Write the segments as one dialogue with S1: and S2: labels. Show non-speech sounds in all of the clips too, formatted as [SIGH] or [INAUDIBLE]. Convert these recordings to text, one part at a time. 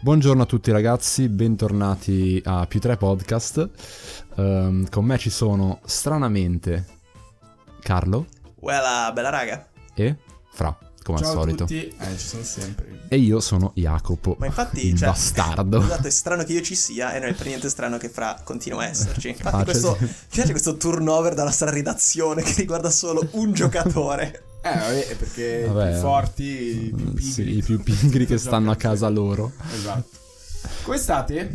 S1: Buongiorno a tutti ragazzi, bentornati a Più 3 Podcast. Ehm, con me ci sono stranamente Carlo
S2: Uela, ah, bella raga.
S1: e Fra, come
S3: Ciao
S1: al
S3: a
S1: solito.
S3: tutti. Eh, ci sono sempre.
S1: E io sono Jacopo.
S2: Ma infatti,
S1: il
S2: cioè,
S1: bastardo.
S2: Scusate, è strano che io ci sia e non è per niente strano che Fra continua a esserci. Infatti
S1: Ah,
S2: questo,
S1: cioè-
S2: mi piace questo turnover dalla nostra redazione che riguarda solo un giocatore.
S3: Eh, vabbè, è perché
S1: Vabbè, mm,
S3: i più forti, i più
S1: [LAUGHS]
S3: pigri.
S1: Sì, I più pigri
S3: [LAUGHS]
S1: che stanno a casa loro. Eh,
S3: Esatto. Come state?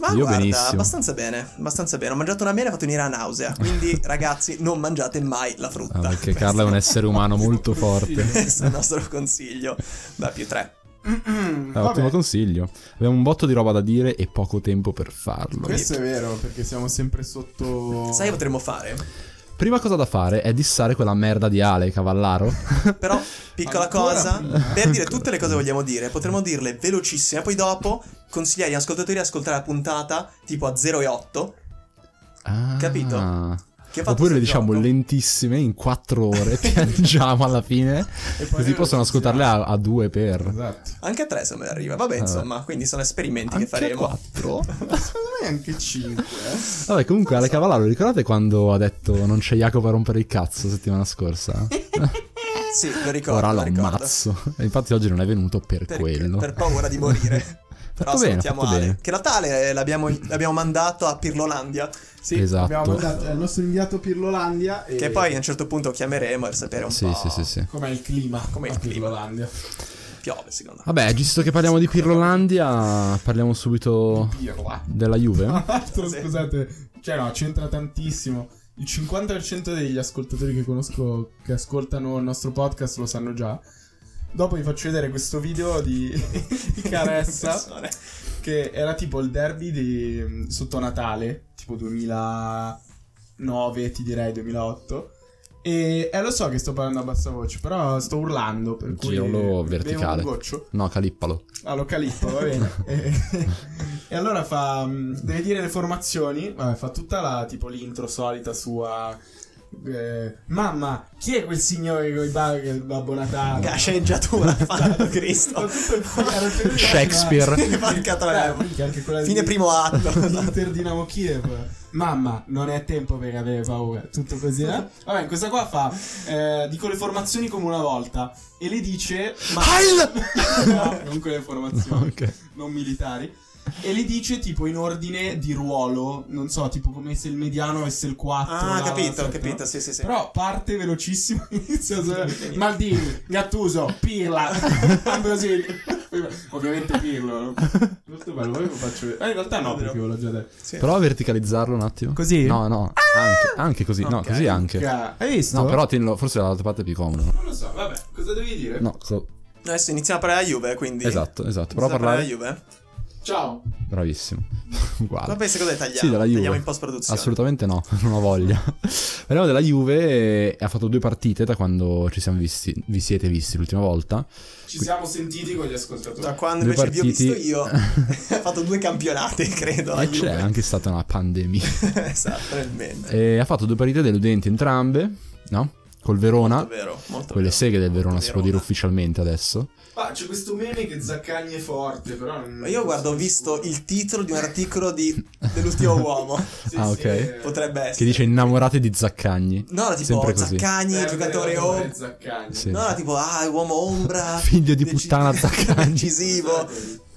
S2: Ma
S1: Io
S2: guarda,
S1: benissimo.
S2: abbastanza bene, abbastanza bene. Ho mangiato una mela e ho fatto venire la
S1: [LAUGHS]
S2: nausea. Quindi, ragazzi, non mangiate mai la frutta.
S3: [LAUGHS]
S1: Ah, perché
S2: Questo
S1: Carlo è
S2: [LAUGHS]
S1: un essere umano molto forte.
S2: questo è il nostro consiglio da più tre.
S1: Eh, ottimo
S3: Vabbè,
S1: consiglio. Abbiamo un botto di roba da dire e poco tempo per farlo.
S3: questo è vero, perché siamo sempre sotto...
S2: Sai che potremmo fare?
S1: Prima cosa da fare è dissare quella merda di Ale Cavallaro.
S2: Però, piccola
S3: Ancora
S2: cosa,
S3: prima.
S2: per dire tutte le cose che vogliamo dire, potremmo dirle velocissime, poi dopo consigliare agli ascoltatori di ascoltare la puntata tipo a 0 e 8.
S1: Ah.
S2: Capito? Che ha fatto
S1: Oppure le
S2: sto
S1: diciamo
S2: gioco.
S1: lentissime in quattro ore, [LAUGHS] piangiamo alla fine,
S3: E poi
S1: così
S3: noi
S1: possono
S3: lo
S1: ascoltarle a, a due per.
S3: Esatto.
S2: Anche a 3 se me ne arriva. Vabbè, insomma, quindi sono esperimenti
S1: Eh. Anche
S2: che faremo. [LAUGHS]
S1: quattro?
S3: Secondo me anche 5, eh.
S1: Vabbè, comunque Ale Cavallaro, ricordate quando ha detto non c'è Jacopo a rompere il cazzo settimana scorsa?
S2: Sì, lo ricordo.
S1: Ora
S2: lo
S1: lo
S2: ricordo.
S1: ammazzo. E infatti oggi non è venuto per
S2: Perché-
S1: quello. Eh,
S2: Per paura
S1: [LAUGHS]
S2: di morire. Però
S1: Fatto bene,
S2: salutiamo
S1: fatto
S2: Ale.
S1: bene.
S2: Che Natale eh, l'abbiamo, l'abbiamo mandato a Pirlolandia.
S3: Sì,
S1: Esatto.
S3: abbiamo mandato il nostro inviato Pirlolandia e...
S2: Che poi a un certo punto chiameremo per sapere un
S1: Sì,
S2: po'.
S1: sì, sì, sì.
S3: Com'è il clima? Com'è
S2: il clima?
S3: Pirlolandia?
S2: Piove, secondo me.
S1: Vabbè, visto che parliamo di Pirrolandia, parliamo subito
S3: Pirla.
S1: della Juve. [LAUGHS]
S2: Ah.
S3: Tra l'altro,
S2: Sì.
S3: scusate, cioè no, c'entra tantissimo. Il 50% degli ascoltatori che conosco che ascoltano il nostro podcast lo sanno già. Dopo vi faccio vedere questo video di, [LAUGHS] di Caressa
S2: Persone.
S3: che era tipo il derby di sotto Natale, tipo 2009, ti direi 2008. E eh, lo so che sto parlando a bassa voce, però sto urlando per cui
S1: Girolo
S3: bevo
S1: verticale.
S3: un goccio.
S1: No, Calippalo.
S3: Ah, lo calippo, va bene.
S2: [LAUGHS]
S3: e, e allora fa. mh, Deve dire le formazioni. Vabbè, fa tutta la tipo l'intro solita sua. eh, mamma, chi è quel signore con i bug? Il Babbo Natale?
S2: Che sceneggiatura, [LAUGHS] fanno Cristo.
S1: Shakespeare.
S2: [LAUGHS] Porca troia.
S3: Eh, anche quella
S2: Fine
S3: di-
S2: primo atto.
S3: Inter Dinamo Kiev. Mamma, non è tempo per avere paura. Tutto così, eh? Vabbè, in questa qua fa. eh, dico le formazioni come una volta. E le dice. Ma. [LAUGHS] No, non quelle formazioni
S1: Ok.
S3: non militari. E le dice tipo in ordine di ruolo, non so, tipo come se il mediano avesse il 4.
S2: Ah,
S3: la-
S2: capito,
S3: la-
S2: capito, sì, sì, sì.
S3: Però parte velocissimo, [LAUGHS] inizia a suonare, Maldini, Gattuso, Pirla,
S2: [LAUGHS]
S3: Ambrosini. Ovviamente Pirlo. no? Molto bello, poi lo faccio vedere. Ah, in realtà no, perché ve l'ho già detto.
S2: Sì.
S1: Prova a verticalizzarlo un attimo.
S3: Così?
S1: No, no. Anche, anche così. No,
S2: Ok.
S1: così anche.
S3: Hai visto?
S1: No, però tienilo, forse dall'altra parte è più comodo. no?
S3: Non lo so, vabbè, cosa devi dire?
S1: No, so-
S2: Adesso iniziamo a parlare della Juve, quindi.
S1: esatto, esatto. Prova
S2: Iniziamo
S1: a parlare.
S2: della Juve.
S3: Ciao.
S1: Bravissimo. [LAUGHS] Uguale.
S2: Vabbè, secondo te tagliamo?
S1: Sì, della Juve.
S2: Tagliamo in post-produzione.
S1: Assolutamente no, [LAUGHS] non ho voglia. Parliamo della Juve, e ha fatto due partite da quando ci siamo visti, vi siete visti l'ultima volta.
S3: Ci siamo sentiti con gli ascoltatori.
S2: Da quando
S1: Due
S2: invece vi ho visto
S1: partiti. [LAUGHS]
S2: io, ha fatto due campionati, credo. la
S1: e c'è Eh,
S2: Juve.
S1: anche stata una pandemia. [LAUGHS]
S2: [LAUGHS] esatto, probabilmente.
S1: E ha fatto due partite deludenti entrambe, no? Col Verona,
S2: Molto vero, molto
S1: quelle
S2: vero.
S1: seghe del
S2: Molto
S1: Verona si può dire ufficialmente adesso.
S3: Ma Ah, c'è questo meme che Zaccagni è forte, però. non-
S2: Ma Io guarda, ho visto il titolo di un
S1: [LAUGHS]
S2: articolo di... dell'ultimo uomo.
S3: Sì,
S1: Ah,
S3: sì,
S1: ok.
S3: eh,
S2: Potrebbe essere.
S1: Che dice innamorate di Zaccagni.
S2: No, era tipo
S1: Sempre così.
S2: Zaccagni,
S3: perdere
S2: giocatore
S3: la
S2: ombra.
S3: Juve, Zaccagni.
S1: Sì.
S2: No, era tipo, ah, uomo ombra.
S1: [LAUGHS] Figlio di
S2: [LAUGHS]
S1: puttana Zaccagni.
S2: Decisivo.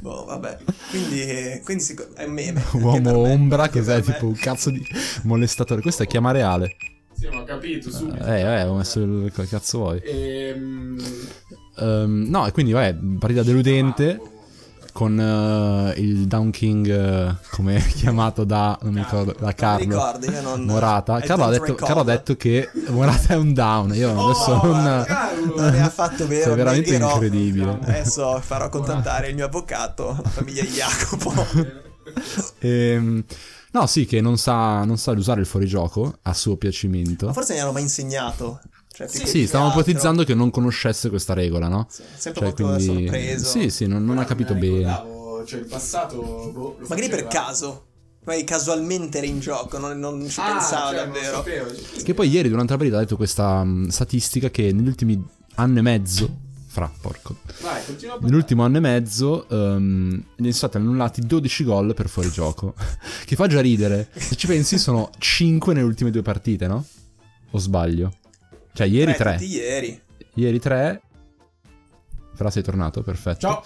S2: Boh, vabbè. Quindi, quindi sic- è un meme. anche per
S1: [LAUGHS] Uomo
S2: me.
S1: ombra
S2: Anche
S1: che sei
S2: per me.
S1: tipo un cazzo di molestatore. Questa è chiama reale.
S3: Sì, ma ho capito subito.
S1: Eh, eh, ho messo il che cazzo vuoi.
S3: Ehm,
S1: Ehm, no, e quindi vabbè, partita deludente con eh, il Dunking come chiamato da non mi ricordo, da
S2: Non mi
S1: Carlo.
S2: ricordo, io non...
S1: Morata,
S2: I
S1: Carlo ha,
S2: don't
S1: detto,
S2: recall.
S1: Carlo ha detto che Morata è un down. Io
S3: Oh,
S1: adesso non.
S3: Carlo!
S2: Non ne
S1: [LAUGHS]
S2: ha fatto vero.
S1: Sei veramente
S2: negherò.
S1: incredibile.
S3: Siamo-
S2: Adesso farò contattare il mio avvocato, la famiglia di
S1: [LAUGHS]
S2: Jacopo.
S3: eh.
S1: Ehm, no, sì, che non sa, non sa usare il fuorigioco a suo piacimento.
S2: Ma forse ne hanno mai insegnato. Cioè, più che- più
S1: sì, stavamo
S2: altro.
S1: ipotizzando che non conoscesse questa regola, no?
S2: Sì, Sempre
S1: Cioè,
S2: Certo, molto sorpreso.
S1: Sì, sì, non, non ha
S3: Però
S1: capito
S3: me la
S1: bene.
S3: ricordavo, Ecco, Cioè, il passato. boh, lo
S2: Magari per
S3: faceva.
S2: caso. Magari casualmente era in gioco, non, non ci
S3: Ah,
S2: pensavo
S3: cioè, non lo
S2: davvero.
S3: sapevo.
S1: mm, Che poi ieri durante la partita ha detto questa mh, statistica che negli ultimi anno e mezzo Fra, porco.
S3: Vai, continua a parlare.
S1: Nell'ultimo anno e mezzo ehm, ne sono stati annullati 12 gol per fuorigioco. [LAUGHS] che fa già ridere. Se ci pensi, sono 5 nelle ultime due partite, no? O sbaglio? Cioè, ieri
S2: Tre,
S1: 3.
S2: tutti Ieri.
S1: Ieri 3. Fra sei tornato, perfetto.
S3: Ciao.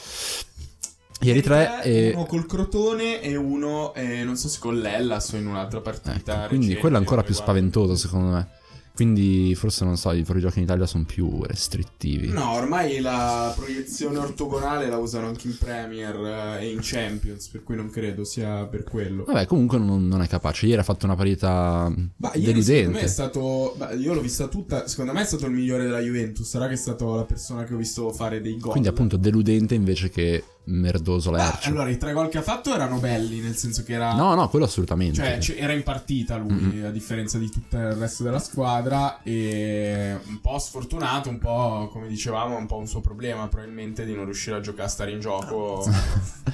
S1: Ieri 3
S3: tre,
S1: e...
S3: Uno col Crotone e uno, eh, non so se con Lellas o in un'altra partita.
S1: Ecco, quindi
S3: recente,
S1: quello è ancora più
S3: riguardo-
S1: spaventoso secondo me. Quindi forse non so, i fuorigiochi in Italia sono più restrittivi.
S3: No, ormai la proiezione ortogonale la usano anche in Premier eh, e in Champions, per cui non credo sia per quello.
S1: Vabbè, comunque non, non è capace. Ieri ha fatto una partita
S3: Ma ieri secondo me è
S1: deludente.
S3: stato. ma io l'ho vista tutta. Secondo me è stato il migliore della Juventus. Sarà che è stata la persona che ho visto fare dei gol.
S1: Quindi appunto deludente invece che merdoso
S3: Ah,
S1: l'ercio.
S3: allora, i tre gol che ha fatto erano belli, nel senso che era.
S1: No, no, quello assolutamente.
S3: Cioè, c- era in partita lui,
S1: Mm-mm.
S3: a differenza di tutto il resto della squadra. E un po' sfortunato, un po' come dicevamo, un po' un suo problema, probabilmente, di non riuscire a giocare, a stare in gioco.
S1: Ah.
S3: [LAUGHS]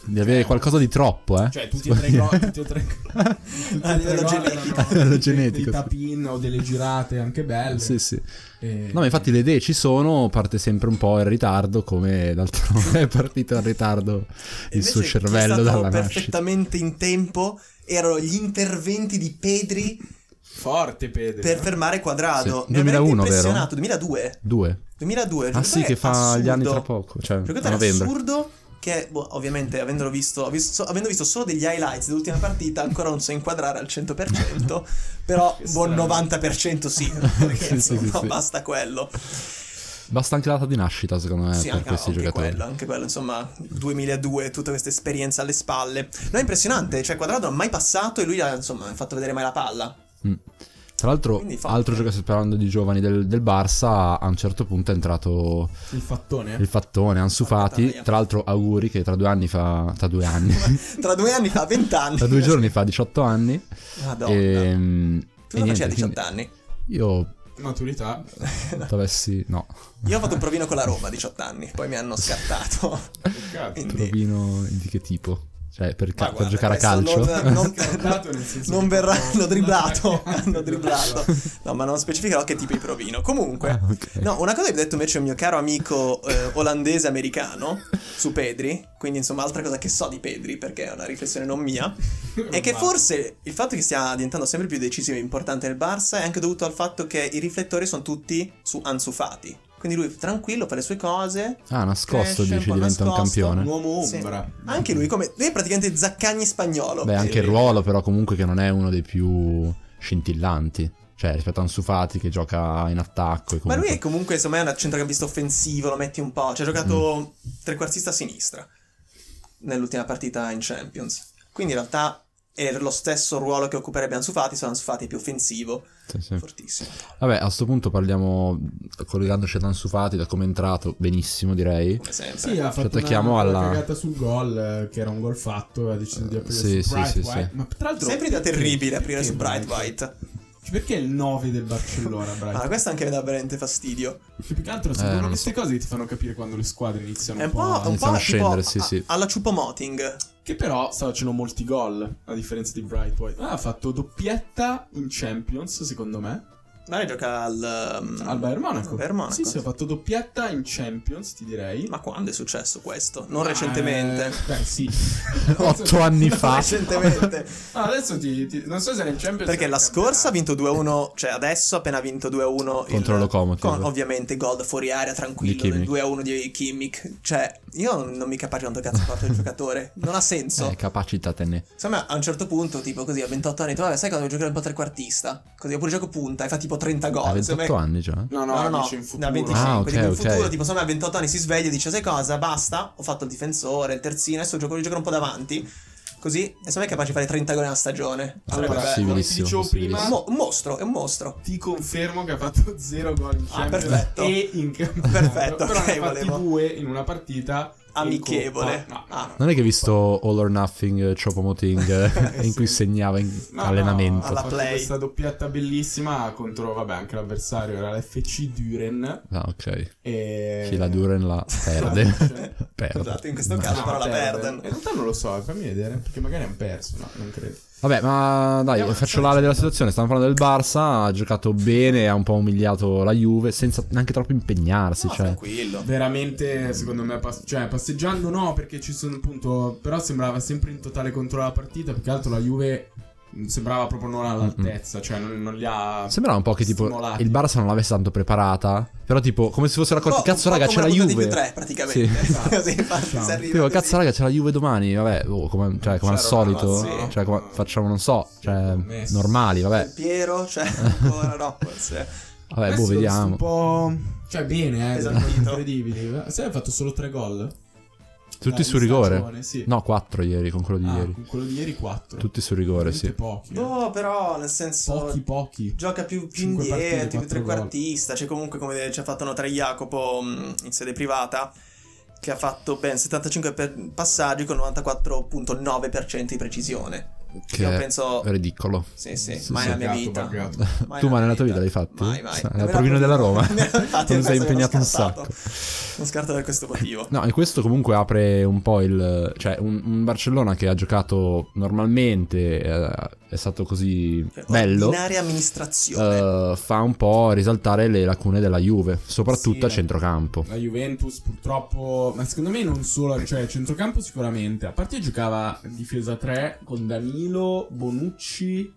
S1: Di avere qualcosa di troppo, eh.
S3: Cioè, tutti e tre gol. Tutti
S1: [LAUGHS]
S3: e tre
S2: A livello genetico.
S1: A livello genetico,
S3: Dei
S1: sì.
S3: tapin o delle girate anche belle.
S1: Sì, sì.
S3: E-
S1: No, ma infatti le idee ci sono, parte sempre un po' in ritardo, come [LAUGHS] d'altronde è partito in ritardo il
S2: E invece
S1: suo
S2: chi è
S1: cervello
S2: stato
S1: dalla nascita.
S2: perfettamente in tempo erano gli interventi di Pedri
S3: Forte Pedri.
S2: per fermare Quadrado.
S1: Sì.
S2: Mi ha veramente
S1: 2001, vero?
S2: impressionato. 2002.
S1: Due.
S2: 2002.
S1: Ah sì, che fa gli anni tra poco, cioè
S2: Perché
S1: a
S2: è
S1: novembre.
S2: assurdo che, boh, ovviamente, avendolo visto, ho visto- avendo visto solo degli highlights dell'ultima partita, ancora non so inquadrare al
S1: [LAUGHS]
S2: 100%, però
S3: Che
S2: buon
S3: strano.
S2: 90% sì, perché
S1: Sì, sì,
S2: insomma,
S1: sì, sì.
S2: basta quello.
S1: Basta anche la data di nascita, secondo me,
S2: sì,
S1: Eh, per
S2: anche,
S1: questi
S2: anche
S1: giocatori.
S2: quello, anche quello, insomma, 2002, tutta questa esperienza alle spalle. No, è impressionante, cioè Quadrado non ha mai passato e lui ha, insomma, fatto vedere mai la palla.
S1: Tra l'altro,
S2: Quindi fa-
S1: altro giocatore parlando di giovani del, del Barça, a un certo punto è entrato
S3: Il fattone. eh.
S1: il fattone Ansu
S2: Porca
S1: Fati.
S2: troia.
S1: Tra l'altro, auguri che tra due anni fa. Tra due
S2: [LAUGHS]
S1: anni.
S2: Tra due anni fa, 20 anni.
S1: tra due giorni fa 18 anni.
S2: Madonna.
S1: E,
S2: tu non facevi a 18 anni?
S1: Io
S3: Maturità.
S1: t'avessi.
S2: [LAUGHS]
S1: No,
S2: Io ho fatto un provino con la Roma a 18 anni, poi mi hanno
S1: [LAUGHS]
S2: scartato.
S3: Peccato.
S2: Quindi-
S1: provino di che tipo? Cioè, per,
S2: Ma
S1: ca- per
S2: guarda,
S1: giocare a
S2: adesso
S1: calcio?
S2: Non, non-
S3: Scartato nel senso
S2: non
S3: che-
S2: verranno
S3: [LAUGHS]
S2: dribblato. Hanno
S3: Non
S2: dribblato. No, ma non specificherò che tipo di provino. Comunque,
S1: [LAUGHS] Ah, ok.
S2: no, una cosa che mi ha detto invece un mio caro amico olandese-americano su Pedri. Quindi, insomma, altra cosa che so di Pedri, perché è una riflessione non mia.
S1: [LAUGHS]
S2: È che
S3: Ma-
S2: forse il fatto che stia diventando sempre più decisivo e importante nel Barça è anche dovuto al fatto che i riflettori sono tutti su Ansu Fati. Quindi lui tranquillo fa le sue cose.
S1: Ah, nascosto,
S2: Cresce,
S1: dici,
S2: un Eh, po'
S1: diventa un
S2: nascosto,
S1: campione.
S3: Un uomo
S2: Sì.
S3: ombra.
S2: Anche lui, come lui è praticamente Zaccagni spagnolo.
S1: Mm. Beh, anche
S3: Sì.
S1: il ruolo, però, comunque, che non è uno dei più scintillanti. Cioè, rispetto a Ansu Fati che gioca in attacco. E comunque...
S2: Ma lui è comunque, secondo me, è un centrocampista offensivo, lo metti un po'. Cioè, ha giocato
S1: Mm.
S2: trequartista a sinistra nell'ultima partita in Champions. Quindi in realtà è lo stesso ruolo che occuperebbe Ansu Fati, solo Ansu Fati è più offensivo,
S1: Sì, sì.
S2: fortissimo.
S1: Vabbè, a sto punto parliamo, collegandoci ad Ansu Fati, da come è entrato, benissimo direi.
S2: Come sempre.
S3: Sì, ha fatto
S1: attacchiamo
S3: una,
S1: alla-
S3: una cagata sul gol, eh, che era un gol fatto, e ha deciso di aprire
S1: Sì,
S3: su
S1: sì,
S3: Bright
S1: sì,
S3: White.
S1: sì.
S3: Ma tra l'altro...
S2: Sempre da
S3: perché-
S2: terribile aprire
S3: perché
S2: su Bright
S3: White?
S2: White. Ah.
S3: Perché il 9
S2: [LAUGHS]
S3: del Barcellona, Bright?
S2: Ma questo anche mi dà veramente fastidio.
S3: Che più che altro
S1: Eh,
S3: sono
S1: non lo
S3: queste cose che ti fanno capire quando le squadre iniziano
S2: È un po',
S3: a-
S2: un po
S1: iniziano a
S2: tipo
S1: scendere, sì,
S2: a-
S1: sì.
S2: alla Chupomoting.
S3: Che però sta facendo molti gol, a differenza di Bright White. Ah, ha fatto doppietta in Champions, secondo me.
S2: Dai, gioca al... um,
S3: Al Bayern Monaco.
S2: al Bayern Monaco.
S3: Sì, sì, ha fatto doppietta in Champions, ti direi.
S2: Ma quando è successo questo? Non recentemente.
S3: Ah, Eh, beh, sì.
S1: [LAUGHS] Otto
S3: [LAUGHS]
S1: anni
S2: Non
S1: fa.
S2: recentemente.
S3: Ah, adesso ti, ti- Non so se nel Champions...
S2: Perché
S3: era
S2: la
S3: il
S2: scorsa ha
S3: campionato.
S2: vinto 2-1, cioè adesso ha appena vinto 2-1
S1: Contro
S2: il-
S1: Lokomotiv.
S2: Con, ovviamente gol da fuori area
S1: Di
S2: tranquillo,
S1: Kimmich.
S2: del 2-1 di Kimmich. Cioè, io non, non mi capisco quanto cazzo ha fatto il giocatore. Non ha senso.
S1: Eh, capacitatene.
S2: Insomma, a un certo punto, tipo così, a 28 anni, ho detto, vabbè, sai cosa devo giocare un po' trequartista? Così oppure gioco punta e fa tipo 30 gol.
S1: Ha
S2: Oh, Secondo
S1: 28
S2: me-
S1: anni già.
S3: No, no,
S2: No, no,
S3: dice in
S2: no,
S3: futuro.
S2: ne ha 25,
S1: Ah, ok,
S2: tipo in
S1: ok.
S2: futuro, tipo, insomma, a 28 anni si sveglia e dice, sai cosa, basta, ho fatto il difensore, il terzino, adesso gioco, voglio giocare un po' davanti, così, e secondo me è capace di fare 30 gol in una stagione. Sarebbe
S3: Allora,
S2: bello.
S1: Possibilissimo,
S3: come ti dicevo
S1: possibilissimo.
S3: prima,
S2: un, mo- un mostro, è un mostro.
S3: ti confermo che ha fatto [LAUGHS] 0 gol in
S2: Ah,
S3: Champions
S2: perfetto.
S3: e in campionato.
S2: Perfetto,
S3: però ne
S2: ok,
S3: ha fatti
S2: volevo.
S3: due in una partita in
S2: Amichevole.
S3: Coppa. No,
S2: Ah.
S3: no, no.
S1: Non è che hai visto All or Nothing eh, Chopomoting
S2: [LAUGHS]
S1: eh, [LAUGHS] in cui
S3: Sì.
S1: segnava in
S3: No,
S1: allenamento.
S3: no, ha
S2: Alla
S3: fatto
S2: play.
S3: questa doppietta bellissima contro vabbè anche l'avversario era l'FC Duren
S1: Ah, ok.
S3: e
S2: Eh.
S1: Chi la Duren la
S3: Cioè,
S2: [LAUGHS]
S3: [LAUGHS]
S1: perde. perde.
S2: Esatto, in questo caso
S3: no,
S2: però la
S3: perde.
S2: perdono.
S3: In realtà non lo so, fammi vedere perché magari hanno perso, no, non credo.
S1: Vabbè, ma dai,
S3: Andiamo,
S1: faccio
S3: sta
S1: l'ale della
S3: dicendo.
S1: situazione. Stiamo parlando del Barça, ha giocato bene, ha un po' umiliato la Juve, senza neanche troppo impegnarsi.
S2: No,
S1: cioè.
S2: tranquillo.
S3: Veramente, secondo me, pas- cioè, passeggiando no, perché ci sono appunto. Però sembrava sempre in totale controllo la partita. Più che altro la Juve mh, sembrava proprio non all'altezza, cioè non, non li ha.
S1: Sembrava un po' che tipo
S3: Stimolati.
S1: il Barça non l'avesse tanto preparata, però tipo come se fossero accorti,
S2: Un po'-
S1: cazzo
S2: Boh, un po'
S1: raga
S2: come
S1: c'è la
S2: puntata di
S1: Juve.
S2: più tre, praticamente.
S1: Sì.
S2: Così,
S1: [LAUGHS]
S2: infatti,
S3: Esatto.
S2: si arriva
S1: Tipo,
S2: così.
S1: cazzo raga c'è la Juve domani, vabbè, oh, come, cioè, come al
S2: C'era Ronaldo,
S1: solito,
S2: sì.
S1: cioè come- facciamo non so, cioè
S3: Messi.
S1: normali,
S2: Del
S1: vabbè,
S2: Piero, cioè,
S1: [LAUGHS]
S2: ancora no, forse.
S1: vabbè, boh,
S3: Messi l'ho visto
S1: vediamo.
S3: Un po'. Cioè, bene, eh.
S2: Esatto.
S3: Incredibili. Eh, Sai, ha fatto solo tre gol.
S1: Tutti
S3: Dai,
S1: su
S3: in
S1: rigore.
S3: stagione, sì.
S1: No, 4 ieri con quello di
S3: Ah,
S1: ieri.
S3: con quello di ieri 4.
S1: Tutti su rigore, sì.
S3: pochi. eh.
S2: Boh, però, nel senso...
S3: Pochi, pochi.
S2: Gioca più, più
S3: Cinque partite,
S2: indietro, più
S3: quattro gol.
S2: trequartista. Cioè, comunque, come ci ha fatto notare Jacopo mh, in sede privata, che ha fatto ben 75 per- passaggi con 94,9% di precisione.
S1: Che
S2: Io
S1: è
S2: penso.
S1: ridicolo.
S2: Sì, sì,
S1: Sì,
S2: mai
S1: sì.
S2: nella mia
S3: Pagato,
S2: vita.
S3: pagato.
S2: Mai
S1: tu ma nella
S2: nella
S1: tua vita
S2: vita.
S1: l'hai fatto?
S2: Mai, mai.
S1: Al
S2: Nemmeno
S1: provino
S2: la-
S1: della Roma. [LAUGHS]
S2: [LAUGHS] Infatti,
S1: non sei
S2: penso che l'ho
S1: impegnato un
S2: scartato.
S1: sacco.
S2: Non scarto per questo motivo.
S1: No, e questo comunque apre un po' il... Cioè, un, un Barcellona che ha giocato normalmente, eh, è stato così
S2: Cioè,
S1: [LAUGHS] bello,
S2: ordinaria amministrazione.
S1: eh, fa un po' risaltare le lacune della Juve, soprattutto
S3: Sì,
S1: a
S3: la-
S1: centrocampo.
S3: La Juventus purtroppo, ma secondo me non solo, cioè centrocampo sicuramente, a parte giocava difesa 3 con Danilo, Bonucci,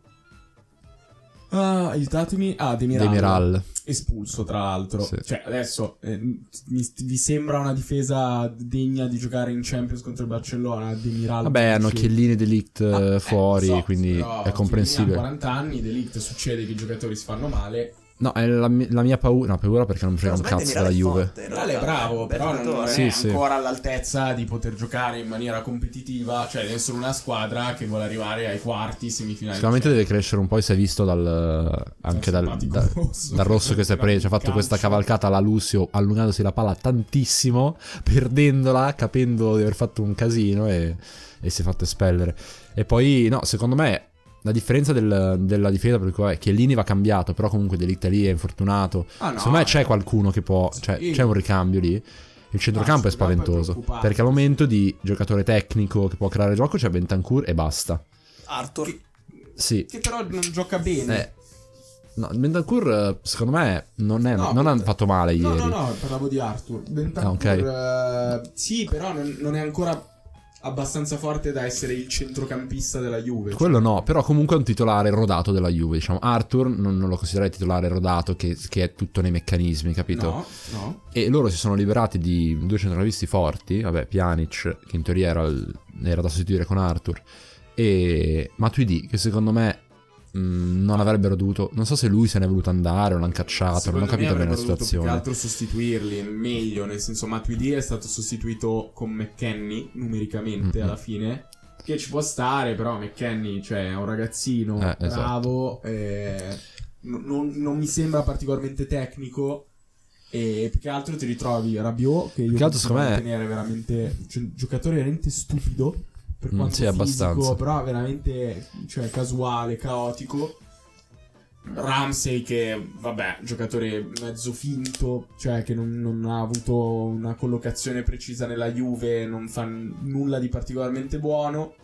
S3: ah, aiutatemi, ah Demiral,
S1: Demiral.
S3: espulso tra l'altro,
S1: Sì.
S3: cioè adesso eh, mi- vi sembra una difesa degna di giocare in Champions contro il Barcellona, Demiral
S1: Vabbè, hanno
S3: Bonucci.
S1: Chiellini ed Elite
S3: Ah, eh,
S1: fuori,
S3: so,
S1: quindi
S3: però
S1: è comprensibile.
S3: Chiellini ha 40 anni, Delict succede che i giocatori si fanno male,
S1: No, è la, mi- la mia paura. No, paura perché non mi frega un
S2: Secondo me
S1: cazzo della
S2: Demiral è
S1: Juve.
S2: forte, in
S3: Dale è
S2: realtà, eh,
S3: bravo,
S2: un bel
S3: però non, non è
S2: giocatore.
S1: Sì, sì.
S3: ancora all'altezza di poter giocare in maniera competitiva. Cioè, è solo una squadra che vuole arrivare ai quarti, semifinali.
S1: Sicuramente
S3: Cioè,
S1: deve crescere un po'. E si è visto dal, eh, anche dal,
S3: simpatico [LAUGHS]
S1: da-
S3: rosso.
S1: dal rosso che si è preso. Ci ha fatto
S3: Calcio.
S1: questa cavalcata alla Lucio, allungandosi la palla tantissimo, perdendola, capendo di aver fatto un casino e, e si è fatto espellere. E poi, no, secondo me. La differenza del- della difesa, per cui vabbè, Chiellini va cambiato, però comunque Delitta lì è infortunato.
S3: Ah, no,
S1: Secondo me
S3: eh.
S1: c'è qualcuno che può. Cioè,
S3: Sì.
S1: c'è un ricambio lì. Il centrocampo
S3: Ah,
S1: è
S3: il centrocampo è
S1: spaventoso.
S3: preoccupante.
S1: perché al momento di giocatore tecnico che può creare gioco c'è Bentancur e basta.
S2: Arthur.
S1: Sì.
S3: Che però non gioca bene.
S1: Eh, no, Bentancur eh, secondo me non, è,
S3: No,
S1: non ha
S3: but-
S1: fatto male eh,
S3: no,
S1: ieri.
S3: no, no, parlavo di Arthur. Bentancur,
S1: Ah, ok.
S3: eh, sì, però non, non è ancora abbastanza forte da essere il centrocampista della Juve.
S1: Quello no, però comunque è un titolare rodato della Juve, diciamo. Arthur non, non lo considererei titolare rodato che, che è tutto nei meccanismi, capito?
S3: No, cioè. no.
S1: E loro si sono liberati di due centralisti forti, vabbè, Pjanic, che in teoria era, il- era da sostituire con Arthur, e Matuidi, che secondo me mh, non avrebbero dovuto... Non so se lui se n'è voluto andare o l'hanno cacciato, non ho
S3: Secondo me
S1: capito bene la
S3: avrebbero dovuto
S1: situazione.
S3: Più che altro sostituirli meglio, nel senso Matuidi è stato sostituito con McKenny numericamente
S1: Mm-mm.
S3: alla fine. Che ci può stare, però McKenny cioè, è un ragazzino
S1: Eh, esatto.
S3: bravo, eh, n- non, non mi sembra particolarmente tecnico. E più che altro ti ritrovi Rabiot, che io
S1: Più che altro, secondo
S3: continuo a
S1: me-
S3: ritenere veramente cioè, un giocatore veramente stupido. Per
S1: Mm,
S3: quanto
S1: sì,
S3: fisico,
S1: abbastanza.
S3: però veramente cioè, casuale, caotico. Ramsey che, vabbè, giocatore mezzo finto, cioè che non, non ha avuto una collocazione precisa nella Juve, non fa n- nulla di particolarmente buono.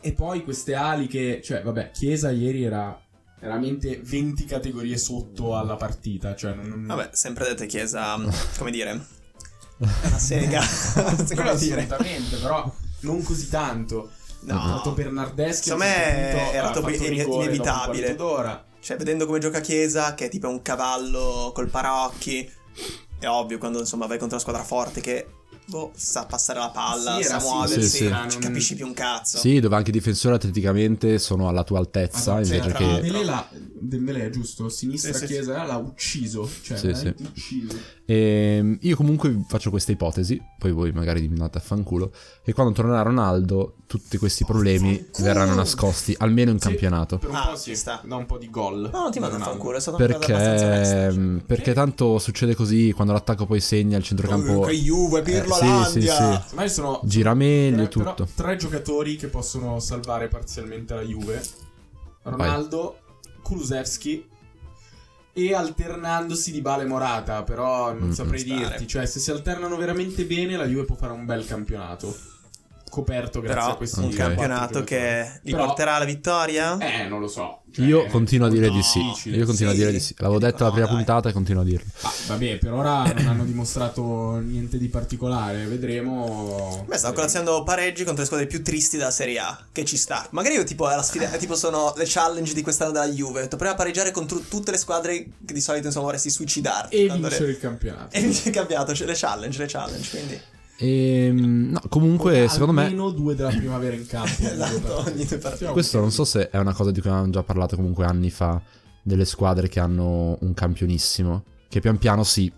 S3: E poi queste ali che, cioè, vabbè, Chiesa ieri era veramente 20 categorie sotto alla partita, cioè non... non-
S2: Vabbè, sempre dette chiesa, mm,
S3: [LAUGHS]
S2: come dire, è una sega. [LAUGHS] Non so
S3: Quello
S2: come dire.
S3: assolutamente, però non così tanto.
S2: No.
S3: Ha fatto Bernardeschi,
S2: Secondo
S3: a un certo
S2: me
S3: punto
S2: era
S3: ha
S2: proprio in-
S3: fatto rigore dopo un
S2: inevitabile.
S3: quarto d'ora.
S2: Cioè, vedendo come gioca Chiesa, che è tipo un cavallo col paraocchi, è ovvio quando insomma vai contro una squadra forte che boh, sa passare la palla,
S3: Sì,
S2: sa
S3: era sì,
S2: muoversi,
S1: sì, sì.
S2: non
S3: Non-
S2: capisci più un cazzo.
S1: Sì, dove anche i difensori atleticamente sono alla tua altezza,
S3: Madonna,
S1: invece
S3: cioè,
S2: tra
S1: che...
S2: l'altro-
S3: Dembélé l'ha- Dembélé, giusto? Sinistra
S2: Sì, sì,
S3: chiesa l'ha ucciso. Cioè,
S1: Sì,
S3: veramente ucciso.
S1: Ehm, io comunque vi faccio questa ipotesi, poi voi magari mi date a fanculo, che quando tornerà Ronaldo tutti questi problemi
S3: Fanculo!
S1: verranno nascosti, almeno in
S3: Sì.
S1: campionato.
S3: Per un
S2: Ah,
S3: po'
S2: ci
S3: sì,
S2: sta.
S3: Da un po' di gol.
S2: No, non ti mando a
S3: Ronaldo.
S2: fanculo, è stato un cosa
S1: Perché,
S2: abbastanza
S1: mm, ehm,
S2: onesta. cioè.
S1: perché tanto succede così quando l'attacco poi segna il
S2: Oh,
S1: centrocampo
S2: Che Juve,
S1: Eh, sì, sì,
S2: Pirlolandia!
S1: sì.
S3: Ma io sono
S1: gira meglio e
S3: tre, Eh, però,
S1: tutto.
S3: tre giocatori che possono salvare parzialmente la Juve. Ronaldo, Kulusevski e alternandosi di Bale Morata, però non
S1: Mm,
S3: saprei
S2: stare.
S3: dirti, cioè se si alternano veramente bene la Juve può fare un bel campionato. coperto grazie a
S2: Però
S3: questo
S2: un
S1: Ok.
S2: campionato che li porterà alla vittoria?
S3: Eh, non lo so. Cioè,
S1: Io continuo a dire di sì.
S3: difficile.
S1: Io continuo a
S2: Sì.
S1: dire di sì. L'avevo detto alla
S2: No,
S1: prima
S2: dai.
S1: puntata e continuo a dirlo.
S3: Ah, vabbè, per ora non hanno dimostrato niente di particolare. Vedremo.
S2: Beh, stavo
S3: Vedremo.
S2: collazionando pareggi contro le squadre più tristi della Serie A, che ci sta. Magari io tipo, eh, la sfida, eh, tipo sono le challenge di quest'anno della Juve. Ho detto, Prova a pareggiare contro tutte le squadre che di solito insomma vorresti suicidarti.
S3: E
S2: tanto le- [LAUGHS]
S3: vincere il campionato.
S2: E mi è cambiato, cioè, le challenge, le challenge, quindi...
S1: Ehm, no, comunque,
S3: Con
S1: secondo me,
S3: Almeno due della primavera
S2: [LAUGHS]
S3: in campo.
S2: Esatto, ogni due partite.
S1: questo non so se è una cosa di cui avevamo già parlato comunque anni fa. Delle squadre che hanno un campionissimo. Che pian piano si.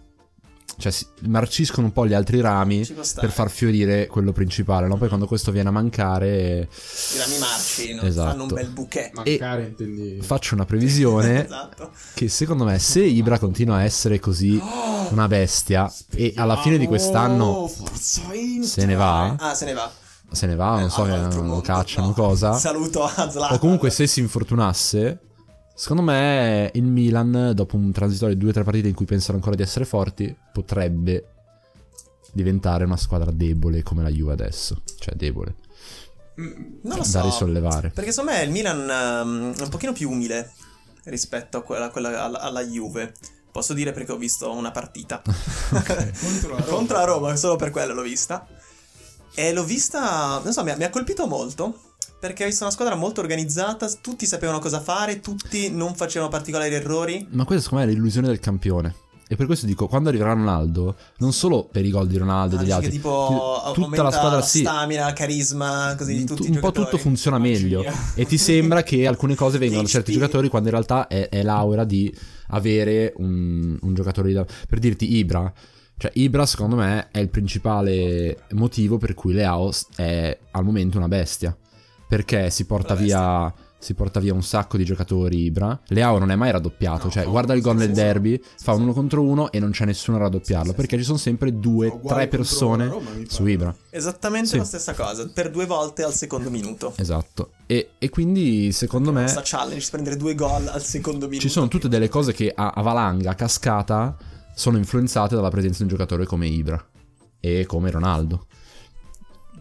S1: Cioè, si marciscono un po' gli altri rami.
S2: Ci può stare.
S1: Per far fiorire quello principale, no? Poi quando questo viene a mancare.
S2: I rami marci, no?
S1: Esatto.
S2: fanno un bel bouquet.
S3: Mancare, intendi.
S1: Faccio una previsione [GASPS]
S2: [LAUGHS] esatto.
S1: che secondo me se Ibra continua a essere così una bestia e alla fine di quest'anno
S3: Oh, forza Inter.
S1: se ne va,
S2: Ah, se ne va.
S1: se ne va, non so
S2: Ah,
S1: che
S2: altro
S1: non lo
S2: mondo,
S1: cacciano
S2: no.
S1: cosa,
S2: Saluto a Zlatan.
S1: o comunque se si infortunasse, secondo me il Milan dopo un transitorio di due o tre partite in cui pensano ancora di essere forti potrebbe diventare una squadra debole come la Juve adesso, cioè debole,
S3: Mm,
S2: Non lo
S1: da
S2: so.
S1: risollevare.
S2: Perché secondo me il Milan ehm, è un pochino più umile rispetto a quella, a quella- alla, alla Juve. Posso dire perché ho visto
S1: [LAUGHS]
S2: una partita
S3: Contro la
S2: [LAUGHS]
S3: Roma.
S2: contro la Roma, solo per quello l'ho vista. E l'ho vista, non so, mi ha, mi ha colpito molto. Perché ho visto una squadra molto organizzata, tutti sapevano cosa fare, tutti non facevano particolari errori.
S1: Ma questa secondo me è l'illusione del campione. E per questo dico, quando arriverà Ronaldo, non solo per i gol di Ronaldo e
S2: Ah,
S1: degli
S2: dici
S1: altri,
S2: che tipo
S1: ti- tutta
S2: aumenta
S1: la squadra sì,
S2: stamina, il carisma, così di
S1: un-
S2: tutti i
S1: un po'
S2: giocatori.
S1: tutto funziona meglio.
S3: Mancini.
S1: E ti sembra che
S3: [LAUGHS]
S1: alcune cose vengano da certi
S2: PhD.
S1: giocatori quando in realtà è, è l'aura di avere un, un giocatore di... Per dirti Ibra, cioè Ibra secondo me è il principale motivo per cui Leao s- è al momento una bestia. Perché si porta
S2: Una bestia.
S1: via... Si porta via un sacco di giocatori Ibra. Leao non è mai raddoppiato.
S3: No,
S1: cioè,
S3: no,
S1: guarda il gol
S3: sì,
S1: nel
S3: sì,
S1: derby,
S3: sì,
S1: fa
S3: sì.
S1: un uno contro uno e non c'è nessuno a raddoppiarlo.
S2: Sì, sì,
S1: perché ci sono sempre due,
S3: Uguale
S1: tre
S3: contro la
S1: persone
S3: Roma, mi
S1: su
S3: pare.
S1: Ibra.
S2: Esattamente
S1: Sì.
S2: la stessa cosa, per due volte al secondo minuto.
S1: Esatto. E, e quindi, secondo me.
S2: Questa challenge, prendere due gol al secondo minuto.
S1: Ci sono tutte delle cose che a, a valanga, a cascata, sono influenzate dalla presenza di un giocatore come Ibra e come Ronaldo.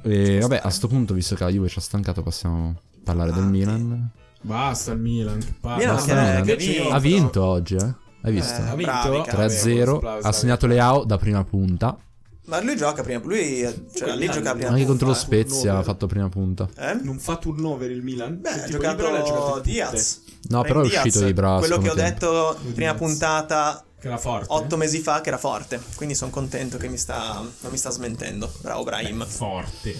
S1: E vabbè, a questo punto, visto che la Juve ci ha stancato, possiamo parlare del
S2: Avanti.
S1: Milan.
S3: Basta il Milan. che palle.
S2: Milan
S1: Basta
S2: che-
S1: il Milan.
S2: che
S3: Invece io-
S1: Ha vinto oggi, eh? Hai visto?
S2: Eh,
S3: Ha
S2: Bravi,
S3: vinto
S2: cavolo.
S1: 3-0, ha segnato Leao da prima punta,
S2: Ma lui gioca prima, lui cioè, lì gioca
S1: anche
S2: prima. punta,
S1: contro lo
S2: eh.
S1: Spezia ha fatto prima punta.
S2: Eh?
S3: Non fa turnover il Milan?
S2: Beh,
S3: Cioè,
S2: ha
S3: tipo, Ibra le ha giocate
S2: giocato
S3: tutte.
S2: Diaz.
S1: No, però è
S2: Diaz,
S1: uscito Ibra.
S2: Quello che ho
S1: secondo tempo.
S2: detto prima
S3: Diaz.
S2: puntata
S3: Che era forte. eh?
S2: otto mesi fa che era forte, quindi sono contento che mi sta non mi sta smentendo. Bravo Brahim.
S3: Forte.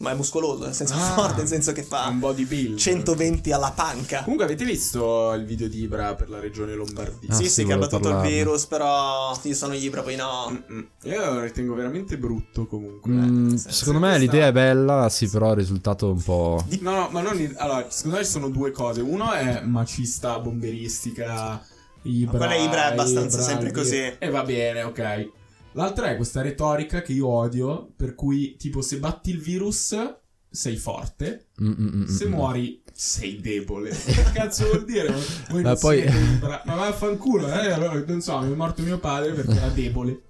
S2: Ma è muscoloso, nel senso
S3: Ah.
S2: forte, nel senso che fa
S3: Un bodybuild.
S2: 120 alla panca.
S3: Comunque avete visto il video di Ibra per la regione Lombardia?
S1: Ah,
S2: sì,
S1: sì,
S2: sì, che ha
S1: volevo
S2: battuto il
S1: parlarne.
S2: virus, però io sono Ibra, poi no.
S3: Mm-mm. Mm, Io lo ritengo veramente brutto comunque.
S1: Mm,
S2: nel senso
S1: secondo
S3: che
S1: me
S3: sta-
S1: l'idea è bella, sì, però il risultato è un po'.
S3: No, no, ma non... il- Allora, secondo me ci sono due cose. Uno è macista, bomberistica, Ibra...
S2: Ma quella Ibra è abbastanza
S3: Ibra,
S2: sempre
S3: Ibra.
S2: così.
S3: E Eh, va bene, ok. L'altra è questa retorica che io odio, per cui tipo se batti il virus sei forte,
S1: Mm, mm, mm,
S3: se
S1: mm.
S3: muori
S1: [LAUGHS]
S3: sei debole. Che cazzo vuol dire? Voi
S1: Ma
S3: non
S1: poi-
S3: siete libera- Ma vaffanculo, eh? allora, non so, mi è morto mio padre perché era debole.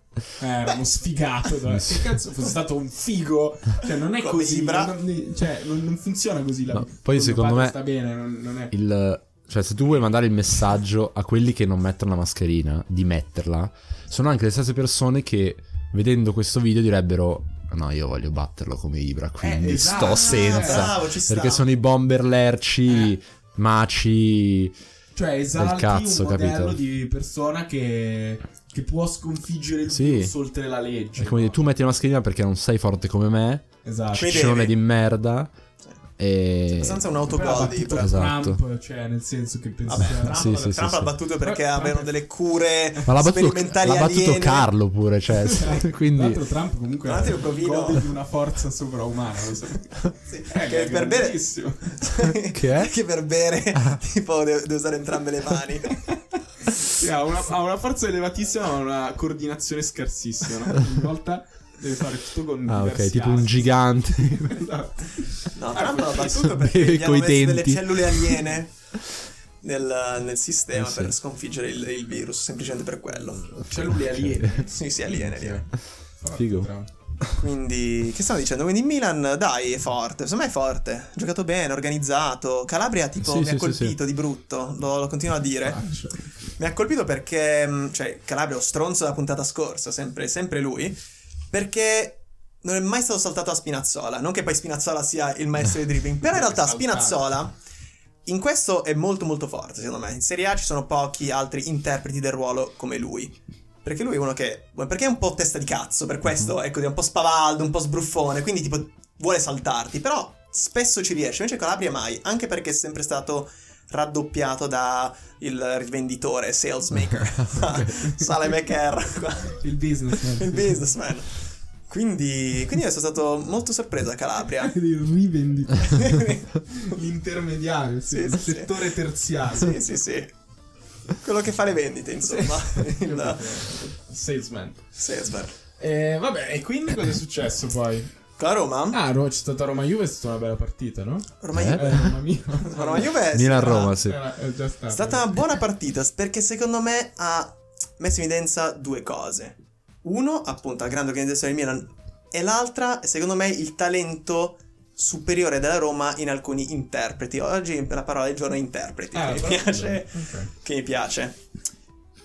S3: Eh, era uno sfigato. dai. Che cazzo fosse stato un figo? Cioè, non è
S2: Come
S3: così.
S2: Ibra.
S3: Non, cioè, non, non funziona così la
S1: No,
S3: vita.
S1: poi
S3: Quando
S1: secondo
S3: padre
S1: me-
S3: sta bene, non, non è.
S1: il- cioè, se tu vuoi mandare il messaggio a quelli che non mettono la mascherina di metterla, sono anche le stesse persone che vedendo questo video direbbero: No, io voglio batterlo come Ibra, quindi
S3: Eh, esatto.
S1: sto senza.
S2: Bravo, ci sta.
S1: Perché sono i bomber lerci,
S3: Eh.
S1: maci.
S3: Cioè, esalti
S1: cazzo,
S3: un modello
S1: capito?
S3: di persona che, che può sconfiggere il
S1: Sì.
S3: virus oltre la legge.
S1: È come dire,
S3: no?
S1: tu metti la mascherina perché non sei forte come me,
S3: Esatto.
S2: Ci-
S1: scenone
S2: devi.
S1: di merda.
S2: È
S3: Cioè,
S1: E.
S2: abbastanza un
S3: Poi l'ha
S2: autogol di
S3: battuto
S2: Ibra.
S1: Esatto.
S3: Trump, cioè, nel senso che penso
S2: Vabbè,
S3: sia-
S2: Trump,
S1: Sì, sì,
S2: Trump
S1: sì,
S2: l'ha
S1: sì.
S2: battuto perché
S3: Trump-
S2: avevano delle cure
S1: Ma l'ha battuto,
S2: sperimentali
S1: l'ha battuto
S2: aliene.
S1: Carlo pure,
S3: [LAUGHS]
S1: cioè.
S3: Tra
S1: quindi.
S3: l'altro Trump comunque
S2: Tra l'altro provino-
S3: gode di una forza
S2: [LAUGHS]
S3: sovraumana. lo sai.
S2: Sì,
S3: Eh,
S2: che,
S3: è
S2: per bere,
S3: grandissimo.
S2: [LAUGHS]
S1: Che è? Ah.
S2: che per bere tipo deve, deve usare entrambe le
S3: [LAUGHS]
S2: mani.
S3: Sì, ha, una, ha una forza elevatissima ma una coordinazione scarsissima.
S1: [LAUGHS]
S3: no? Ogni volta deve fare tutto con
S1: Ah, ok,
S3: diversi
S1: tipo un
S3: asti.
S1: gigante.
S3: [LAUGHS] Esatto.
S2: No,
S3: Ah,
S2: Trump l'ha battuto
S1: beve
S2: perché gli hanno
S1: coi
S2: messo delle
S1: denti.
S2: cellule
S1: [LAUGHS]
S2: aliene nel, nel sistema
S1: Eh sì.
S2: per sconfiggere il, il virus, semplicemente per quello.
S3: Cellule aliene.
S2: Sì, sì, aliene, aliene.
S1: Figo.
S3: Tra-
S2: Quindi, che stavo dicendo? Quindi Milan, dai, è forte. Secondo me è forte. Ha giocato bene, organizzato. Calabria, tipo,
S1: Sì,
S2: mi
S1: sì,
S2: ha
S1: sì, Ah.
S2: colpito di brutto. Lo, lo continuo a dire. Mi ha colpito perché, mh, cioè, Calabria, lo stronzo della puntata scorsa, sempre, sempre lui. Perché non è mai stato saltato a Spinazzola. Non che poi Spinazzola sia
S1: [LAUGHS]
S2: il maestro di dribbling, però in realtà
S3: Saltare.
S2: Spinazzola. In questo è molto molto forte, secondo me. In Serie A ci sono pochi altri interpreti del ruolo come lui. Perché lui è uno che. Perché è un po' testa di cazzo, per
S1: Mhm.
S2: questo, ecco, è un po' spavaldo, un po' sbruffone, quindi tipo vuole saltarti, però spesso ci riesce, invece Calabria mai, anche perché è sempre stato raddoppiato da il
S1: [LAUGHS]
S2: rivenditore, [LAUGHS] salesmaker, Sale Becker,
S3: Il business.
S2: [LAUGHS]
S3: eh.
S2: il businessman. Quindi, quindi io sono stato molto sorpreso
S1: [LAUGHS]
S2: da Calabria.
S3: [LAUGHS] Il
S2: [LAUGHS]
S3: rivenditore. L'intermediario, il
S2: Sì, sì, sì.
S3: settore terziario.
S2: sì, sì, sì. Quello che fa le vendite, insomma. il
S3: Salesman.
S2: salesman.
S3: Eh, vabbè, e quindi cosa è successo poi?
S2: Con la Roma?
S3: Ah, Ro- c'è stata Roma Juve, è stata una bella partita, no?
S2: Ormai
S1: Eh?
S3: Eh, mamma mia.
S2: Roma Juve è
S1: Milan-Roma, sì.
S3: Era- è già stata.
S2: È stata una buona partita perché secondo me ha messo in evidenza due cose. Uno, appunto, la grande organizzazione di Milan e l'altra, secondo me, il talento superiore della Roma in alcuni interpreti. Oggi la parola del giorno è interpreti,
S3: Ah,
S2: che, mi
S3: però-
S2: piace,
S3: Ok.
S2: che mi piace.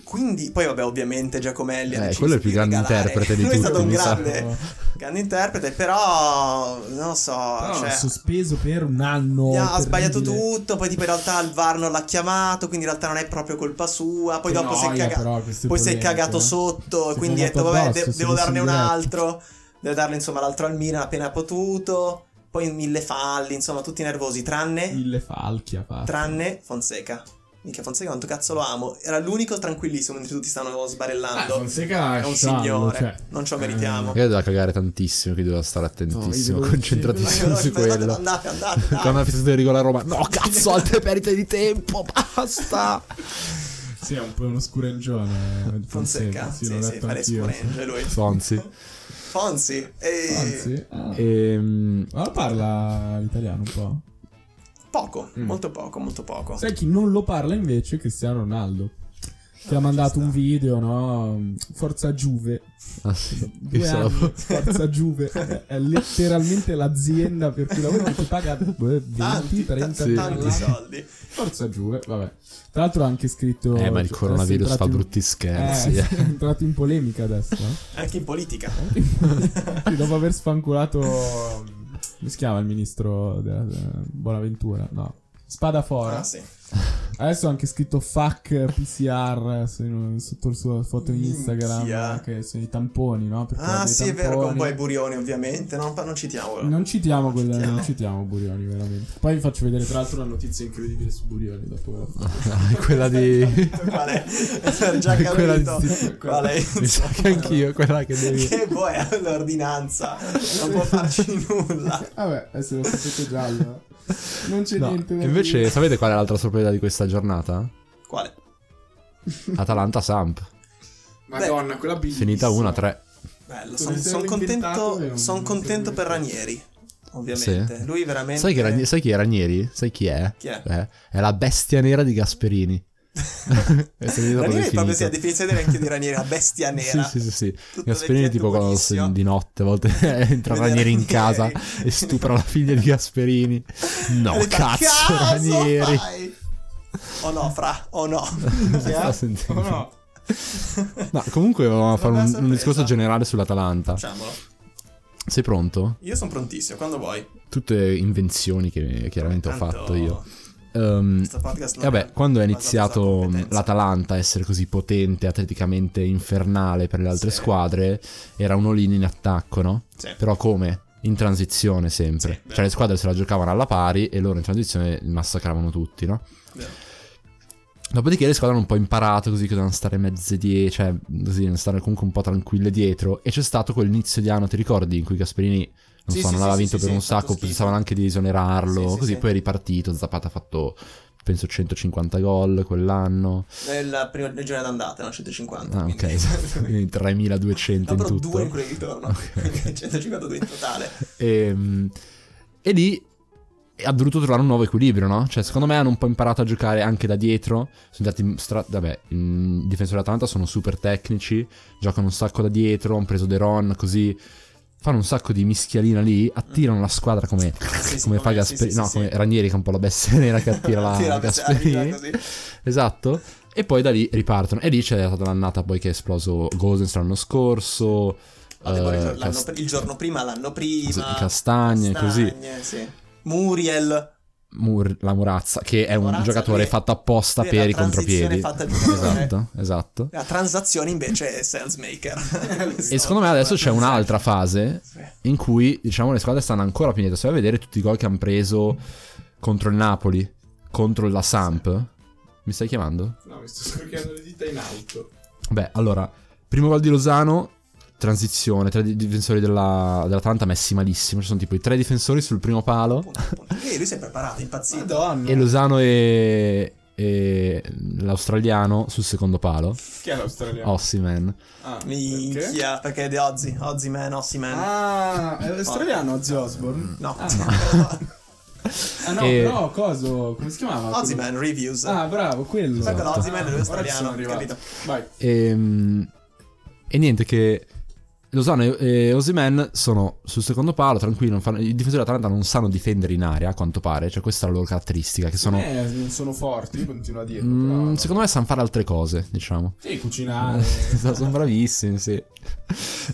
S2: Quindi, poi vabbè, ovviamente Giacomelli ha
S1: Eh,
S2: deciso
S1: quello è il
S2: di
S1: più grande
S2: regalare.
S1: interprete di
S2: Lui
S1: tutti,
S2: è stato un
S1: mi sa.
S2: grande, grande interprete, però non lo so,
S3: Però
S2: cioè,
S3: l'ha sospeso per un anno.
S2: No, ha
S3: terribile.
S2: sbagliato tutto, poi tipo in realtà il VAR non l'ha chiamato, quindi in realtà non è proprio colpa sua, poi
S3: Che
S2: dopo si è,
S3: noia,
S2: caga-
S3: però, queste
S2: poi si è
S3: polemiche,
S2: cagato
S3: eh.
S2: sotto,
S3: Si è
S2: quindi ha detto
S3: cagato
S2: vabbè
S3: addosso,
S2: de-
S3: si è
S2: devo
S3: messo
S2: darne
S3: in
S2: un
S3: diretta.
S2: altro, devo darne insomma l'altro al Milan appena potuto, poi mille falli, insomma tutti nervosi, tranne,
S3: Mille falchi ha fatto.
S2: tranne Fonseca. Mica Fonseca quanto cazzo lo amo, era l'unico tranquillissimo mentre tutti stanno
S3: Ah,
S2: sbarellando.
S3: Fonseca
S2: è un
S3: sciallo,
S2: signore,
S3: cioè.
S2: non ce lo meritiamo.
S1: Io doveva cagare tantissimo, quindi doveva stare attentissimo,
S3: No, io devo-
S1: concentratissimo
S3: [LAUGHS]
S2: Ma
S1: su
S2: guardate,
S1: quello.
S2: andate, andate, dai.
S1: Quando ha fissato il rigore a Roma, no
S3: [LAUGHS]
S1: cazzo, altre perdite di tempo, basta.
S3: Eh, Sì, è un po' uno scurengione. eh,
S2: Fonseca,
S3: sì,
S2: sì,
S3: l'ho
S2: sì,
S3: letto
S2: fare
S3: anch'io.
S2: scurenze lui.
S1: Fonzi.
S2: Fonzi, e...
S3: Anzi, ah.
S1: Ehm,
S3: Ma parla l'italiano un po'.
S2: Poco,
S1: Mm.
S2: molto poco, molto poco.
S3: Sai chi non lo parla invece? Cristiano Ronaldo. Che
S2: Ah,
S3: ha mandato un video, no? Forza Juve.
S1: ah,
S2: Esatto.
S1: sì,
S3: Due
S1: che
S3: anni,
S1: so.
S3: Forza Juve è letteralmente l'azienda per cui lavora che ti paga
S2: Tanti,
S3: 20-30
S2: ta-
S1: sì.
S2: tanti soldi.
S3: Forza Juve, vabbè. Tra l'altro ha anche scritto...
S1: Eh, ma il
S3: cioè,
S1: coronavirus
S3: adesso è
S1: fa
S3: entrato in-
S1: brutti scherzi.
S3: Eh,
S1: eh.
S3: sì, è entrato in polemica adesso. eh.
S2: Anche in politica.
S3: Sì, dopo aver sfanculato... Come si chiama il ministro della, della- Bonaventura? No. Spadafora.
S2: Ah, sì.
S3: Adesso ho anche scritto fuck PCR su- sotto la sua foto in Instagram.
S2: Minchia.
S3: Che sono i tamponi, no? Perché ha
S2: Ah,
S3: dei
S2: sì, è vero, con
S3: tamponi.
S2: poi Burioni, ovviamente. Non, non citiamolo. [LAUGHS]
S3: Non citiamo quella,
S2: citiamo.
S3: non citiamo Burioni, veramente. Poi vi faccio vedere, tra l'altro, una notizia incredibile su Burioni. Dopo ve la faccio.
S2: [LAUGHS]
S1: [LAUGHS] quella di...
S2: Qual
S1: [LAUGHS]
S2: è? Ho già
S1: Quella
S2: capito.
S1: di-
S2: Qual è?
S1: Mi sa che anch'io, quella che [LAUGHS] devi...
S2: [LAUGHS] Che poi è l'ordinanza. Non può farci [LAUGHS] nulla.
S3: Vabbè, adesso lo sapete già. allora. Non c'è
S1: No,
S3: niente. da
S1: Invece,
S3: dire.
S1: sapete qual è l'altra sorpresa di questa giornata?
S2: Quale?
S1: Atalanta-Samp.
S3: Madonna, quella bellissima.
S1: Finita 1-3.
S2: Bello,
S3: Dove
S2: sono
S3: se l'hanno inventato è
S2: contento,
S3: un-
S2: son contento per Ranieri. Ovviamente.
S1: Sì.
S2: Lui veramente...
S1: Sai, che Ragn- sai chi è Ranieri? Sai chi è?
S2: Chi è?
S1: Eh, è la bestia nera di [LAUGHS] Gasperini. è finito come
S2: Ranieri è
S1: finito.
S2: proprio sì, la definizione vecchio di Ranieri, la bestia
S1: [LAUGHS]
S2: nera.
S1: Sì, sì, sì, sì.
S2: Tutto
S1: Gasperini
S2: vecchietto,
S1: tipo quando
S2: buonissimo.
S1: di notte a volte [LAUGHS] entra
S2: Vedere
S1: Ranieri in casa
S2: Ranieri.
S1: e stupra la figlia di Gasperini. No,
S2: E [LAUGHS] le fa,
S1: cazzo, Ranieri.
S2: fai!" Oh no, fra,
S1: [LAUGHS]
S2: oh no.
S1: Si sta sentendo. Ah.
S3: Oh no.
S1: No, comunque volevamo fare
S2: bella
S1: un- un,
S2: sorpresa.
S1: discorso generale sull'Atalanta.
S2: Facciamolo.
S1: Sei pronto?
S2: Io sono prontissimo, quando vuoi.
S1: Tutte invenzioni che chiaramente ho
S2: Tanto
S1: fatto io. Ehm,
S2: Questo podcast
S1: E
S2: non
S1: Vabbè, quando è
S2: basa sulla
S1: iniziato
S2: competenza.
S1: l'Atalanta a essere così potente, atleticamente infernale per le altre
S2: Sì.
S1: squadre, era un all-in in attacco, no?
S2: Sì.
S1: Però come? In transizione sempre.
S2: Sì,
S1: cioè le squadre se la giocavano alla pari e loro in transizione massacravano tutti, no?
S2: Vero.
S1: Dopodiché le squadre hanno un po' imparato così che dovevano stare mezze dietro, cioè così devono stare comunque un po' tranquille dietro. E c'è stato quell'inizio di anno, ti ricordi, in cui Gasperini, non
S2: Sì,
S1: so,
S2: sì,
S1: non
S2: sì,
S1: aveva
S2: sì,
S1: vinto
S2: sì,
S1: per
S2: sì,
S1: un
S2: ha fatto
S1: sacco,
S2: schifo.
S1: pensavano anche di esonerarlo,
S2: Sì, sì,
S1: così
S2: sì.
S1: poi è ripartito, Zapata ha fatto penso 150 gol quell'anno.
S2: Nel primo nel giorno d'andata, no? 150.
S1: Ah, ok,
S2: [LAUGHS] quindi.
S1: esatto. [LAUGHS] Quindi 3200
S2: No,
S1: in
S2: però
S1: tutto.
S2: due in quello di ritorno. [LAUGHS] Quindi 152 in totale.
S1: Ehm, E, lì ha dovuto trovare un nuovo equilibrio, no? Cioè, secondo me hanno un po' imparato a giocare anche da dietro. Sono andati. Stra- vabbè, i difensori dell'Atalanta sono super tecnici, giocano un sacco da dietro. Hanno preso De Ron così. fanno un sacco di mischialina lì, attirano la squadra come,
S2: Sì, sì,
S1: Eh, come fa
S2: come- sì,
S1: Gasperini,
S2: sì,
S1: no,
S2: sì,
S1: come
S2: sì.
S1: Ranieri che è un po' la bestia nera che attira
S2: [LAUGHS]
S1: la,
S2: Sì,
S1: la
S2: la bestia
S1: Gasperini.
S2: così.
S1: Esatto. E poi da lì ripartono. E lì c'è stata l'annata poi che è esploso Gosens l'anno scorso.
S2: Vabbè,
S1: eh,
S2: poi il giorno- l'anno
S1: Cas-
S2: pr- il giorno prima, l'anno
S1: Cos-
S2: prima.
S1: Castagne, così.
S2: Castagne, sì. Muriel.
S1: Mur- la Murazza, che è un
S2: Morazza,
S1: giocatore
S2: lui-
S1: fatto apposta
S2: lui è
S1: per
S2: la
S1: i contropiedi.
S2: transizione fatta al giocatore.
S1: Esatto, esatto.
S2: La transazione invece è Salesmaker.
S1: E secondo me adesso c'è un'altra fase
S2: Sì.
S1: in cui diciamo le squadre stanno ancora più indietro. Se vai a vedere tutti i gol che hanno preso contro il Napoli, contro la Samp, mi stai chiamando?
S3: No, mi sto scrocchiando le dita in alto.
S1: Beh, allora, primo gol di Lozano, transizione, tre di- difensori della, dell'Atalanta messi malissimo. Ci sono tipo i tre difensori sul primo palo
S2: Appunto, appunto. E Eh, lui si è preparato, è impazzito.
S3: Madonna.
S1: e Lozano e, e l'australiano sul secondo palo.
S3: Chi è l'australiano?
S1: Oh. Ossiman.
S3: Ah, perché?
S2: Minchia, perché è di Ozzy, Ozzy Man, Ozzy Man.
S3: Ah, è l'australiano Ozzy Osbourne?
S2: No,
S3: Ah no,
S1: E-
S3: no, coso, come si chiamava?
S2: [LAUGHS] Ozzy Man Reviews.
S3: Ah, bravo, quello.
S2: Sai che
S1: esatto.
S2: Ozzy Man è lui
S3: Ora ci sono
S2: australiano,
S3: arrivato.
S2: capito?
S3: Vai.
S1: E, Ehm, e niente, che Lozano e, e Osimen sono sul secondo palo, tranquillo. non fanno- I difensori dell'Atalanta non sanno difendere in area, a quanto pare. Cioè, questa è la loro caratteristica. Che sono.
S3: Eh, non sono forti, continua a dirlo.
S1: Mm,
S3: però-
S1: secondo me sanno fare altre cose, diciamo. [LAUGHS]
S3: Sì, cucinare.
S1: sono bravissimi, sì.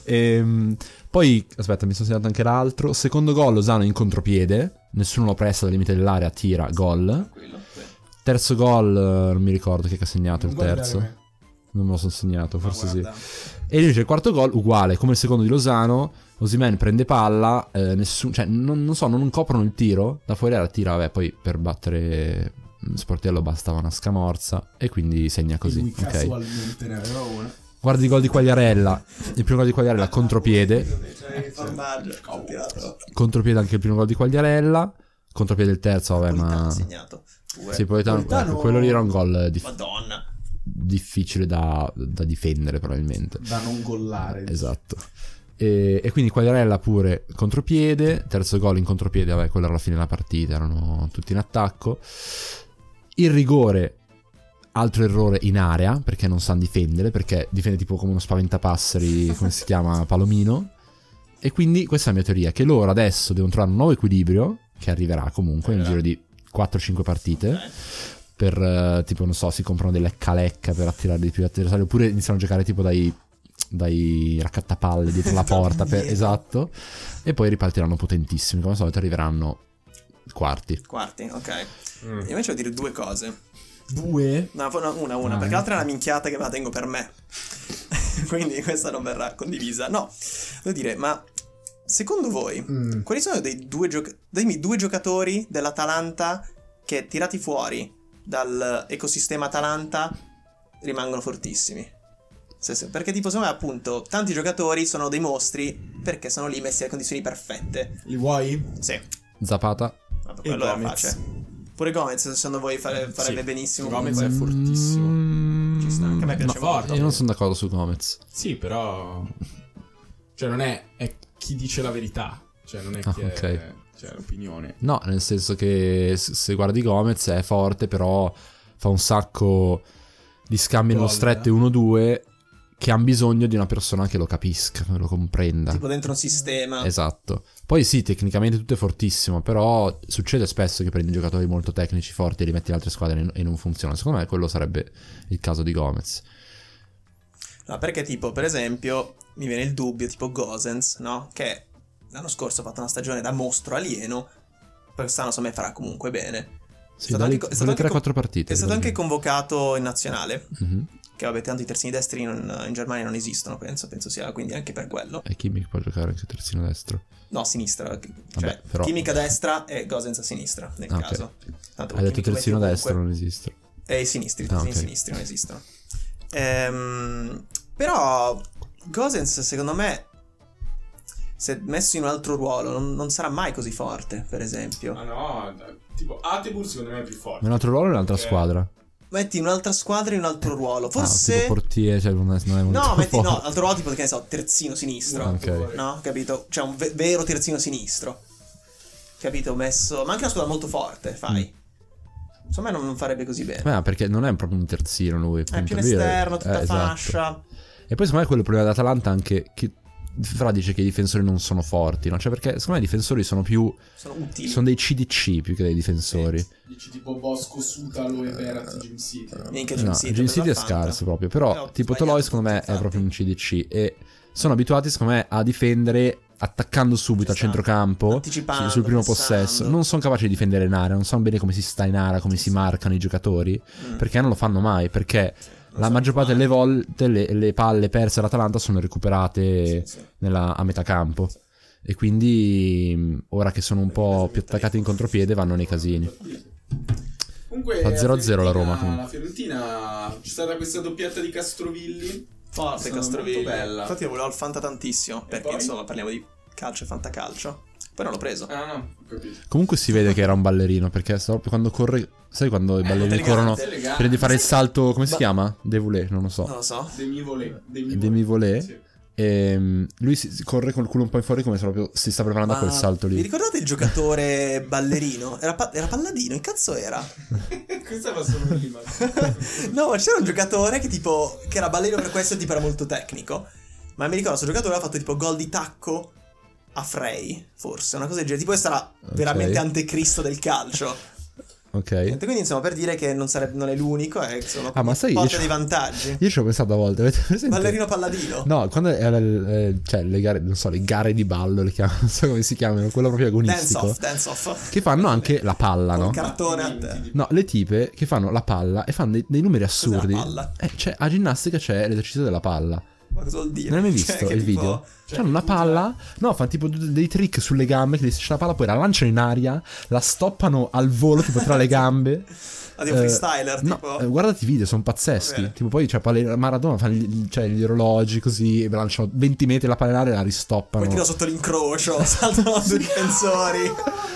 S1: Ehm, poi, aspetta, mi sono segnato anche l'altro. Secondo gol, Lozano in contropiede. Nessuno lo presta dal limite dell'area, tira, gol.
S3: Quello, sì.
S1: Terzo gol, eh, non mi ricordo chi è che ha segnato
S3: Non
S1: il
S3: guardare
S1: terzo.
S3: me.
S1: Non me lo sono segnato,
S3: Ma
S1: forse sì.
S3: guarda.
S1: E invece il quarto gol, uguale, come il secondo di Lozano, Osimen prende palla, eh, nessun- cioè, non, non so, non coprono il tiro, da fuori era tira, vabbè, poi per battere mm, Sportiello bastava una scamorza e quindi segna
S3: E lui
S1: così, ok.
S3: casualmente ne aveva una.
S1: Guardi il gol di Quagliarella, il primo gol di Quagliarella, contropiede,
S2: Cioè, il formaggio, ho tirato.
S1: contropiede anche il primo gol di Quagliarella, contropiede il terzo, vabbè,
S2: Politano ha
S1: ma...
S2: segnato. Due.
S1: Sì, poi tanto-
S3: Politano-
S1: ecco, quello lì era un gol eh, dif-
S2: Madonna.
S1: difficile da- da difendere probabilmente.
S3: Da non gollare.
S1: Esatto. E, e quindi Quagliarella pure contropiede, terzo gol in contropiede, vabbè, quella era la fine della partita, erano tutti in attacco. Il rigore, altro errore in area, perché non sanno difendere, perché difende tipo come uno spaventapasseri, come si chiama, Palomino. E quindi questa è la mia teoria, che loro adesso devono trovare un nuovo equilibrio, che arriverà comunque nel giro
S3: Arriverà.
S1: di 4-5 partite
S2: Ok.
S1: per eh, tipo non so si comprano delle calecca per attirare di più l'avversario oppure iniziano a giocare tipo dai dai raccattapalle dietro la porta per-
S2: Dietro.
S1: esatto e poi ripartiranno potentissimi come al solito arriveranno quarti
S2: Quarti, ok.
S3: Mm.
S2: Io Invece devo dire due cose.
S3: Due?
S2: No, una, una, una,
S1: Ah,
S2: perché
S1: eh.
S2: l'altra è una minchiata che me la tengo per me. [LAUGHS] Quindi questa non verrà condivisa. No, devo dire, ma secondo voi,
S3: Mm.
S2: quali sono dei due giocatori? Dimmi due giocatori dell'Atalanta che tirati fuori dall'ecosistema Atalanta rimangono fortissimi. Se- se- Perché tipo, secondo me appunto, tanti giocatori sono dei mostri perché sono lì messi a condizioni perfette.
S3: Li vuoi?
S2: Sì,
S1: Zapata
S2: vabbè,
S3: E
S2: quello è
S3: Gomez. Eh,
S2: facile. Pure Gomez, secondo voi fare- farebbe
S3: Sì,
S2: benissimo.
S3: Gomez
S2: comunque.
S3: è fortissimo.
S1: Mm,
S2: Ci sta, anche a me piace
S1: no,
S2: molto.
S1: io non sono d'accordo su Gomez
S3: Sì, però... Cioè, non è... È chi dice la verità. Cioè, non è
S1: Ah,
S3: che...
S1: ok.
S3: Cioè, l'opinione.
S1: no nel senso che s- se guardi Gomez è forte però fa un sacco di scambi nello
S3: Gol,
S1: stretto
S3: eh.
S1: 1-2 che hanno bisogno di una persona che lo capisca che lo comprenda
S2: Tipo dentro un sistema.
S1: Esatto. Poi sì, tecnicamente tutto è fortissimo, però succede spesso che prendi giocatori molto tecnici, forti e li metti in altre squadre e- e non funziona. Secondo me quello sarebbe il caso di Gomez.
S2: No, perché tipo, per esempio, mi viene il dubbio, tipo Gosens, no? Che l'anno scorso ha fatto una stagione da mostro alieno, quest'anno secondo me farà comunque bene.
S1: Sì,
S2: stato
S1: dalle-
S2: anche- è stato
S1: dalle
S2: anche
S1: 3-4 partite.
S2: È stato anche
S1: secondo
S2: convocato in nazionale,
S1: me. Mhm.
S2: che vabbè, tanto i terzini destri non- in Germania non esistono, penso, penso sia, quindi anche per quello.
S1: E Kimmich può giocare anche terzino destro.
S2: No, a sinistra, cioè,
S1: Vabbè, però-
S2: Kimmich a destra e Gosens a sinistra, nel
S1: Ah, ok.
S2: caso. Tanto
S1: Hai detto
S2: Kimmich lo metti
S1: terzino
S2: ovunque.
S1: destro, non esiste.
S2: E Eh, i sinistri, i
S1: Ah,
S2: terzini
S1: ok.
S2: sinistri non esistono. Ehm, però Gosens, secondo me, se messo in un altro ruolo, non, non sarà mai così forte, per esempio.
S3: Ma Ah, no, da- tipo Atebur secondo me è più forte.
S1: Ma un altro ruolo è un'altra
S3: Ok.
S1: squadra.
S2: Metti in un'altra squadra in un altro ruolo.
S1: Ah,
S2: Forse...
S1: tipo portiere, cioè non è, non è molto
S2: no, metti no,
S1: forte.
S2: altro ruolo tipo, che ne so, terzino sinistro.
S1: Ah, ok.
S2: No, capito? Cioè un ve- vero terzino sinistro. Capito? Messo... Ma anche una squadra molto forte, fai.
S1: Mm.
S2: Secondo me non, non farebbe così bene.
S1: Beh, [LAUGHS] ma perché non è proprio un terzino lui.
S2: È più
S1: appunto,
S2: un
S1: lui
S2: esterno, tutta
S1: eh, esatto.
S2: fascia.
S1: E poi secondo me quello è il problema dell'Atalanta anche che Fra dice che i difensori non sono forti, no? Cioè, perché secondo me i difensori sono più.
S2: Sono utili.
S1: Sono dei CDC più che dei difensori.
S3: Dici tipo Bosco, Suta, Aloe Vera, Jim City.
S2: Minchia, Jim
S1: No,
S2: City,
S1: Jim City è
S2: Fanta.
S1: scarso proprio. Però,
S2: Però
S1: tipo
S2: sbagliato
S1: Toloi, secondo me,
S2: tutti,
S1: è proprio un
S2: infatti.
S1: CDC. E sono abituati, secondo me, a difendere attaccando subito a
S2: Ci sta.
S1: centrocampo.
S2: Anticipando,
S1: su- sul primo
S2: passando.
S1: possesso. Non sono capaci di difendere in area. Non sanno bene come si sta in area, come si marcano i giocatori.
S2: Mm.
S1: Perché non lo fanno mai. Perché
S2: Non
S1: la
S2: so
S1: maggior parte
S2: come
S1: delle volte le, le palle perse all'Atalanta sono recuperate
S2: fare. Sì, sì.
S1: nella- a metà campo. E quindi mh, ora che sono un
S2: Perché
S1: po'
S2: adesso
S1: più
S2: metà
S1: attaccati
S2: io.
S1: in contropiede vanno nei casini.
S3: Comunque,
S1: Fa 0-0 la
S3: Fiorentina-
S1: Roma, comunque.
S3: La Fiorentina c'è stata questa doppietta di Castrovilli.
S2: Forte
S3: Sono
S2: Castrovilli.
S3: molto bella.
S2: Infatti io volevo il Fanta tantissimo, perché
S3: poi?
S2: insomma parliamo di calcio e fantacalcio. Poi non l'ho preso.
S3: Ah, no, ho capito.
S1: Comunque si vede che era un ballerino perché sta- quando corre. Sai quando i ballerini
S2: elegante,
S1: corrono
S3: elegante.
S1: per di fare il salto. Come si
S2: Ma-
S1: chiama? Devoulé, non lo so.
S2: Non lo so.
S3: Demi-volé.
S1: Demi-volé?
S3: Sì. [LAUGHS]
S1: Ehm, lui si, si corre col culo un po' in fuori come se proprio si sta preparando a quel
S2: Ma
S1: salto
S2: Vi
S1: lì.
S2: ricordate il giocatore ballerino? Era, pa- era Palladino, che cazzo era?
S3: Questa va solo
S2: [LAUGHS]
S3: prima.
S2: No, ma c'era un giocatore che tipo che era ballerino per questo e tipo era molto tecnico. Ma mi ricordo questo giocatore ha fatto tipo gol di tacco a Frey, forse, una cosa del genere. Tipo questo era
S1: Ok.
S2: veramente antecristo del calcio.
S1: Ok.
S2: Niente, Quindi insomma per dire che non, sarebbe, non è l'unico eh, e insomma
S1: Ah, ma sai, io
S2: porta
S1: ci-
S2: dei vantaggi.
S1: [LAUGHS] Io ci ho pensato a volte. Avete presente?
S2: Ballerino Palladino.
S1: [LAUGHS] No, quando era il- eh, cioè le gare, non so, le gare di ballo, le chiamano, [LAUGHS] non so come si chiamano, quello proprio
S2: Dance
S1: agonistico.
S2: off, dance off.
S1: Che fanno anche la palla, Ah, no?
S2: Col cartone a te.
S1: No, le tipe che fanno la palla e fanno dei, dei numeri assurdi.
S2: palla?
S1: Eh, cioè, a ginnastica c'è l'esercizio della palla.
S2: Ma cosa vuol dire?
S1: Non hai mai
S2: Cioè,
S1: visto
S2: che
S1: il
S2: tipo-
S1: video? Cioè, hanno una palla, no, fanno tipo d- dei trick sulle gambe, che se c'è la palla poi la lanciano in aria, la stoppano al volo, tipo
S2: [LAUGHS]
S1: tra le gambe.
S2: Ah, tipo
S1: Eh,
S2: freestyler,
S1: no,
S2: tipo.
S1: eh, guardati i video, sono pazzeschi.
S2: Vabbè.
S1: Tipo poi c'è Pale- Maradona, fanno gli, cioè, gli orologi così, e lanciano 20 metri la palla in aria e la
S2: Poi tiro
S1: ristoppano.
S2: sotto l'incrocio, [LAUGHS] saltano due difensori.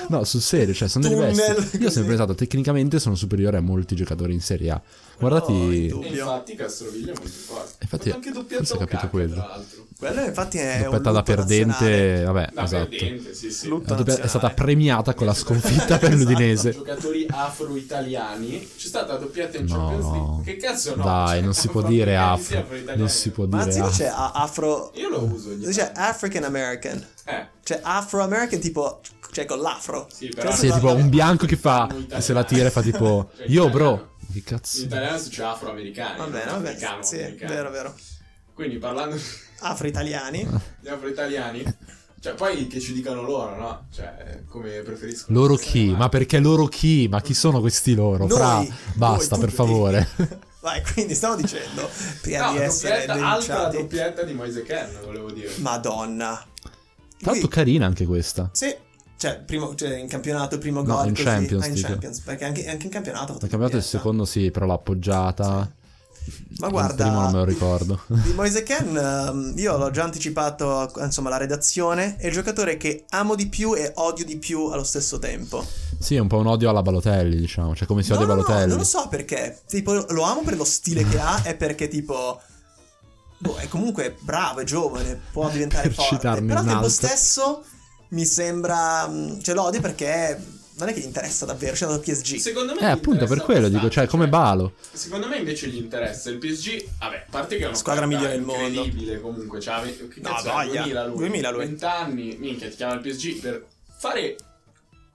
S1: No, sul serio, cioè, sono delle
S2: Tunnel,
S1: bestie. Io ho
S2: così.
S1: sempre pensato, tecnicamente sono superiore a molti giocatori in Serie A.
S2: No,
S1: Guardati...
S2: in dubbio.
S3: E infatti Castrovilli è molto forte.
S1: Infatti,
S3: Ha fatto anche doppietta
S1: forse ho
S3: a
S1: capito
S3: Lukaku,
S1: quello.
S3: Tra l'altro.
S2: Quello infatti è un
S1: doppietta da
S2: lutto nazionale.
S1: perdente, vabbè,
S3: La
S1: esatto.
S3: perdente, sì, sì.
S2: Lutto
S1: La doppia- è stata
S2: nazionale.
S1: premiata con la
S3: [LAUGHS]
S1: sconfitta per
S2: Esatto.
S1: l'Udinese.
S3: giocatori afro-italiani. C'è stata la doppiata in
S1: No.
S3: Champions League. Che cazzo no?
S1: Dai,
S3: Cioè,
S1: non
S3: [LAUGHS]
S1: si può
S3: fanno
S1: dire
S3: anche
S1: afro.
S3: afro-italiani.
S1: Non si può
S2: Ma
S1: dire
S2: anzi non
S3: cioè,
S1: afro.
S2: c'è a- afro...
S3: Io lo uso ogni
S2: C'è
S3: tanto.
S2: African American.
S3: Eh,
S2: Cioè Afro American tipo... Cioè con l'afro.
S3: Sì,
S2: Cioè,
S3: però-
S1: Sì, è tipo un bianco che fa. e se la tira e fa tipo.
S3: Cioè,
S1: Io,
S3: italiano.
S1: bro. Che
S3: in
S1: cazzo.
S3: italiano si dice afro-americani.
S2: Va bene,
S3: non
S2: va bene.
S3: americano,
S2: Sì,
S3: americano.
S2: vero, vero.
S3: Quindi parlando [LAUGHS]
S1: [LAUGHS]
S2: Afro italiani.
S3: di afro-italiani, cioè poi che ci dicano loro, no? Cioè, come preferiscono.
S1: Loro
S3: essere
S1: chi?
S3: chiamati.
S1: Ma perché loro chi? Ma chi sono questi loro?
S2: Noi,
S1: Fra.
S2: noi
S1: Basta, per
S2: tutti.
S1: favore.
S2: [LAUGHS] Vai, quindi stavo dicendo, prima
S3: No,
S2: di
S3: la
S2: essere
S3: doppietta, altra
S2: denunciati...
S3: doppietta di Moise Ken, volevo dire.
S2: Madonna.
S1: Tanto
S2: Lui-
S1: carina anche questa.
S2: Sì, cioè, primo, cioè in campionato, primo
S1: No,
S2: gol.
S1: in
S2: così.
S1: Champions,
S2: Ah, in
S1: dico.
S2: Champions, perché anche, anche in campionato. ha fatto
S1: Ha cambiato il
S2: doppietta.
S1: secondo, sì, però l'ha appoggiata.
S2: Ma
S1: Il primo non me lo
S2: guarda,
S1: ricordo. [LAUGHS]
S2: di Moise Ken, ehm, io l'ho già anticipato, insomma, la redazione. È il giocatore che amo di più e odio di più allo stesso tempo.
S1: Sì, è un po' un odio alla Balotelli, diciamo. Cioè, come si odia
S2: no, no, no,
S1: Balotelli.
S2: non lo so perché. Tipo, lo amo per lo stile che ha e perché, tipo. Boh, è comunque bravo, è giovane, può diventare
S1: Per
S2: forte. Però
S1: citarne
S2: al
S1: un
S2: tempo
S1: altro.
S2: stesso mi sembra. mh, Cioè, lo odio perché non è che gli interessa davvero. C'è andato al PSG.
S3: Secondo me
S1: Eh,
S3: gli
S1: appunto,
S3: interessa
S1: per quello dico,
S3: abbastanza,
S1: cioè, come Balo.
S3: Secondo me invece gli interessa il PSG, vabbè, a parte che è una
S2: Squadra migliore del mondo.
S3: incredibile comunque, cioè, ave- che
S2: No,
S3: cazzo, ha?
S2: voglia.
S3: 2000 lui,
S2: 2000 lui.
S3: 20 anni, minchia, ti chiama il PSG per fare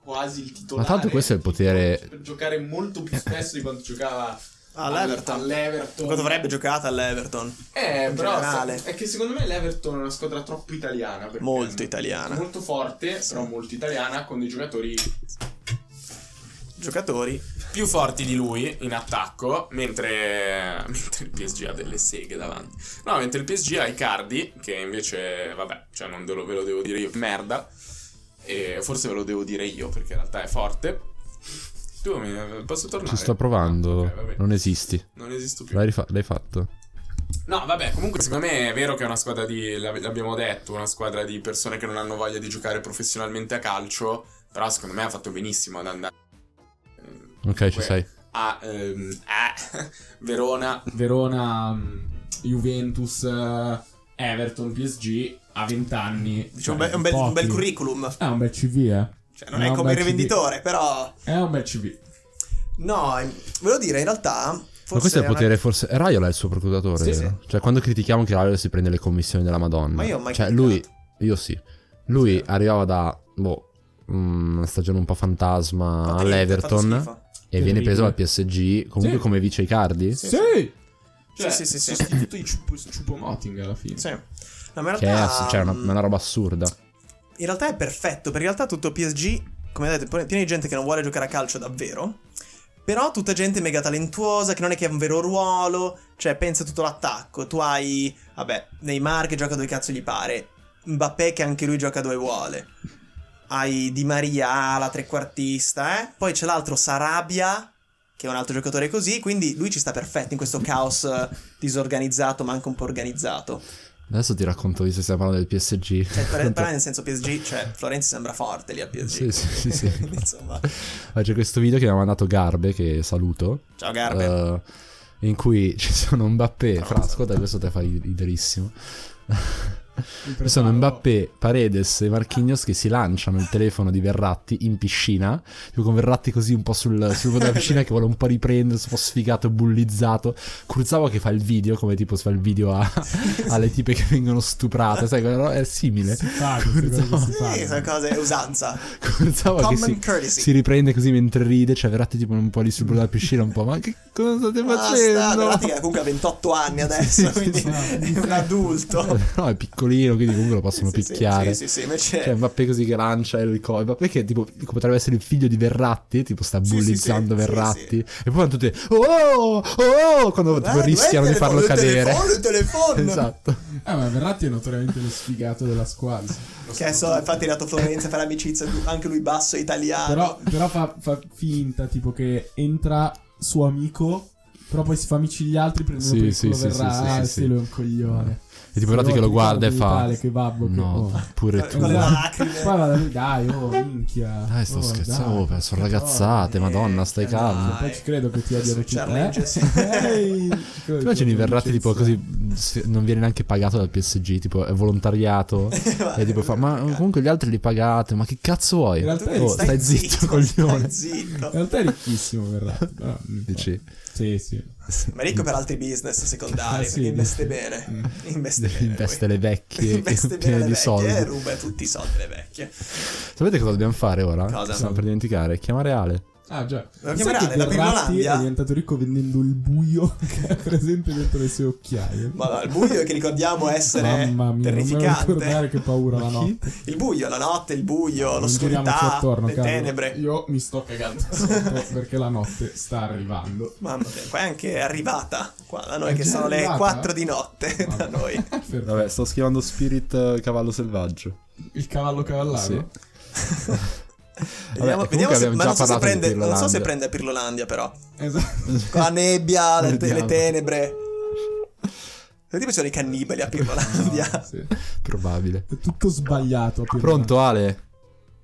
S3: quasi il titolare.
S1: Ma tanto questo è il potere-
S3: Per giocare molto più spesso di quanto giocava
S2: All'Everton.
S3: all'Everton.
S2: Quanto avrebbe giocato all'Everton?
S3: [LAUGHS] Eh,
S2: in
S3: però
S2: generale.
S3: sa- è che secondo me l'Everton è una squadra troppo italiana. perché-
S2: Molto italiana.
S3: Molto forte, però molto italiana, con dei giocatori
S2: Giocatori.
S3: più forti di lui in attacco, mentre, [LAUGHS] mentre il PSG ha delle seghe davanti. No, mentre il PSG ha Icardi, che invece, vabbè, cioè non ve lo, ve lo devo dire io, merda. E forse ve lo devo dire io, perché in realtà è forte. Tu mi, posso tornare?
S1: Ci sto provando.
S3: Ah, ok, vabbè.
S1: Non esisti.
S3: Non esisto più.
S1: L'hai, rifa- l'hai fatto.
S3: No, vabbè, comunque secondo me è vero che è una squadra di, l'ab- l'abbiamo detto, una squadra di persone che non hanno voglia di giocare professionalmente a calcio, però secondo me ha fatto benissimo ad andare.
S1: Ok, ci
S3: Comunque,
S1: sei.
S3: a ehm, a [LAUGHS] Verona. Verona, mm, Juventus, eh, Everton, PSG a 20 anni.
S2: Dice, un, bel- un bel, un bel curriculum.
S3: È un bel CV, cioè, eh.
S2: Cioè, non è come il rivenditore, però.
S3: È un bel CV.
S2: No, volevo dire, in realtà,
S1: Ma questo è il
S2: una-
S1: potere, forse. Raiola è il suo procuratore.
S2: Sì, sì.
S1: vero? Cioè, quando critichiamo che Raiola si prende le commissioni della Madonna.
S2: Ma io ho mai
S1: Cioè,
S2: criticato.
S1: lui. Io sì. Lui
S2: Sì.
S1: arrivava da. Boh. mm, Una stagione un po' fantasma
S2: fatto niente, ha
S1: all'Everton
S2: fatto schifo.
S1: e viene
S4: Terribile.
S1: preso al PSG comunque
S3: Sì.
S1: come vice Icardi
S2: Sì, Cioè, Sì, sì,
S3: Sì!
S2: sì, sì.
S3: Sostituto di Chupomoting alla fine.
S2: Sì. No, ma in
S1: che è
S2: realtà,
S1: ass- cioè, una,
S2: mm,
S1: una roba assurda
S2: in realtà è perfetto, perché in realtà tutto PSG, come detto, è pieno di gente che non vuole giocare a calcio davvero, però tutta gente mega talentuosa, che non è che ha un vero ruolo, cioè pensa tutto l'attacco, tu hai, vabbè, Neymar che gioca dove cazzo gli pare, Mbappé che anche lui gioca dove vuole, hai Di Maria, la trequartista, eh? poi c'è l'altro Sarabia, che è un altro giocatore così, quindi lui ci sta perfetto in questo caos eh, disorganizzato ma anche un po' organizzato.
S1: adesso ti racconto visto che stiamo parlando del PSG
S2: Cioè, per- però nel senso PSG, cioè Florenzi sembra forte lì al PSG.
S1: Sì, sì, sì, sì.
S2: Quindi, [LAUGHS] Insomma,
S1: Ah, c'è questo video che mi ha mandato Garbe che saluto
S2: ciao Garbe.
S1: eh, in cui [LAUGHS] ci sono Mbappé
S2: No.
S1: Fra ascolta questo te fa riderissimo Ci sono Mbappé, Paredes e Marquinhos che si lanciano il telefono di Verratti in piscina, tipo con Verratti così un po' sul, sul bordo della piscina che vuole un po' riprendersi, un po' sfigato, bullizzato. Cruzavo che fa il video, come tipo si fa il video a- alle tipe che vengono stuprate, sai, quella roba- è simile.
S4: Si fa,
S3: [LAUGHS]
S1: Curzo.
S4: queste cose che si
S2: Sì, sono
S4: fanno.
S2: cose è usanza.
S1: Cruzavo che
S2: Common
S1: si,
S2: courtesy.
S1: si riprende così mentre ride, cioè Verratti tipo un po' lì sul bordo della piscina, un po', ma che cosa state
S2: Basta,
S1: facendo?
S2: Verratti che comunque ha 28 anni adesso,
S1: Sì, sì,
S2: quindi [LAUGHS] è un adulto.
S1: No, è piccolino, quindi comunque lo possono
S2: Sì, sì,
S1: picchiare.
S2: Sì, sì, sì, invece Eh,
S1: Cioè Mbappé così che lancia il coso Mbappé che tipo potrebbe essere il figlio di Verratti Tipo sta
S2: Sì, sì,
S1: bullizzando
S2: sì,
S1: Verratti
S2: sì, sì.
S1: E poi fanno tutte Oh oh Quando tipo
S2: Eh,
S1: rischiano
S2: eh,
S1: di farlo
S2: telefono,
S1: cadere
S2: telefono, telefono.
S1: Esatto
S4: Ah, ma Verratti è notoriamente lo sfigato della
S2: [LAUGHS]
S4: squadra.
S2: Che adesso infatti è nato Florenzi a fare amicizia, anche lui basso italiano. [LAUGHS]
S4: Però, però fa, fa finta, tipo che entra suo amico, però poi si fa amici gli altri, prendono
S1: Sì,
S4: per il
S1: sì,
S4: culo
S1: sì,
S4: Verratti,
S1: sì, sì, sì,
S4: ah,
S1: sì.
S4: stile un coglione.
S1: E tipo Verratti che lo guarda e fa
S4: Che babbo, che-
S1: No
S4: oh.
S1: pure tu
S2: [LAUGHS] Con le
S4: Esatto.
S2: lacrime.
S4: Poi vada lui, dai, oh, minchia.
S1: Dai sto
S4: oh,
S1: scherzando
S4: dai,
S1: oh, Sono
S4: che
S1: ragazzate
S2: no,
S1: Madonna
S2: eh,
S1: stai
S2: cioè,
S1: calmo
S4: palle. Poi ci credo che ti
S2: Adesso
S4: odiano tutti.
S2: Charlie
S4: eh. [LAUGHS]
S2: Jesse.
S4: Ehi,
S1: Ti immagini Verratti tipo così s- Non viene neanche pagato dal PSG Tipo è volontariato E tipo fa Ma eh, comunque gli altri li pagate Ma che cazzo vuoi
S4: In
S1: Oh
S4: realtà
S2: Tu
S1: stai zitto coglione
S2: Stai zitto.
S4: In realtà è ricchissimo Verratti. però non importa.
S1: Dici
S2: Eh,
S4: Sì, sì.
S2: Ma ricco per altri business secondari,
S1: Eh,
S4: Ah, sì.
S2: perché investe bene. Investe bene.
S1: Mm. Investe
S2: lui.
S1: le
S2: [LAUGHS]
S1: vecchie che
S2: Investe bene
S1: [LAUGHS] piene
S2: le
S1: di
S2: vecchie
S1: soldi.
S2: e ruba tutti i soldi le vecchie.
S1: Sapete cosa dobbiamo fare ora?
S2: Cosa?
S1: Stiamo per dimenticare. Chiamare Ale.
S4: Ah, già. Sai
S2: Lo chiamerai
S4: che
S2: la
S4: Verratti
S2: Pirrolandia?
S4: è diventato ricco vendendo il buio [LAUGHS] che è presente dentro le sue occhiaie.
S2: Ma no, il buio che ricordiamo essere
S4: Mamma mia, non me lo ricordare
S2: terrificante.
S4: che paura la
S1: Ma chi?
S4: notte.
S2: Il buio, la notte, il buio,
S4: Non giriamoci
S2: l'oscurità,
S4: attorno,
S2: le
S4: Carlo.
S2: tenebre.
S4: Io mi sto cagando [LAUGHS] sotto perché la notte sta arrivando. [LAUGHS]
S2: Mamma mia, qua è anche arrivata. Qua da noi,
S4: È
S2: che
S4: già
S2: sono le
S4: arrivata?
S2: 4 di notte [LAUGHS]
S4: Mamma
S2: da
S4: mia.
S2: noi.
S4: Per-
S1: Vabbè, sto schivando Spirit eh, Cavallo [LAUGHS] Selvaggio.
S4: Il cavallo cavallaro?
S1: Sì.
S2: Vediamo,
S1: comunque
S2: vediamo se,
S1: abbiamo
S2: ma
S1: già
S2: non so se
S1: parlato di
S2: prende, non so
S1: Pirlolandia.
S2: se prende Pirlolandia però.
S4: Esatto.
S2: [LAUGHS] Con la
S4: [LAUGHS]
S2: nebbia, le, te- le
S1: Vediamo.
S2: tenebre. Senti, ci sono i cannibali a Pirlolandia.
S4: Sì.
S1: Probabile.
S4: È tutto sbagliato. Pirlo.
S1: Pronto, Ale?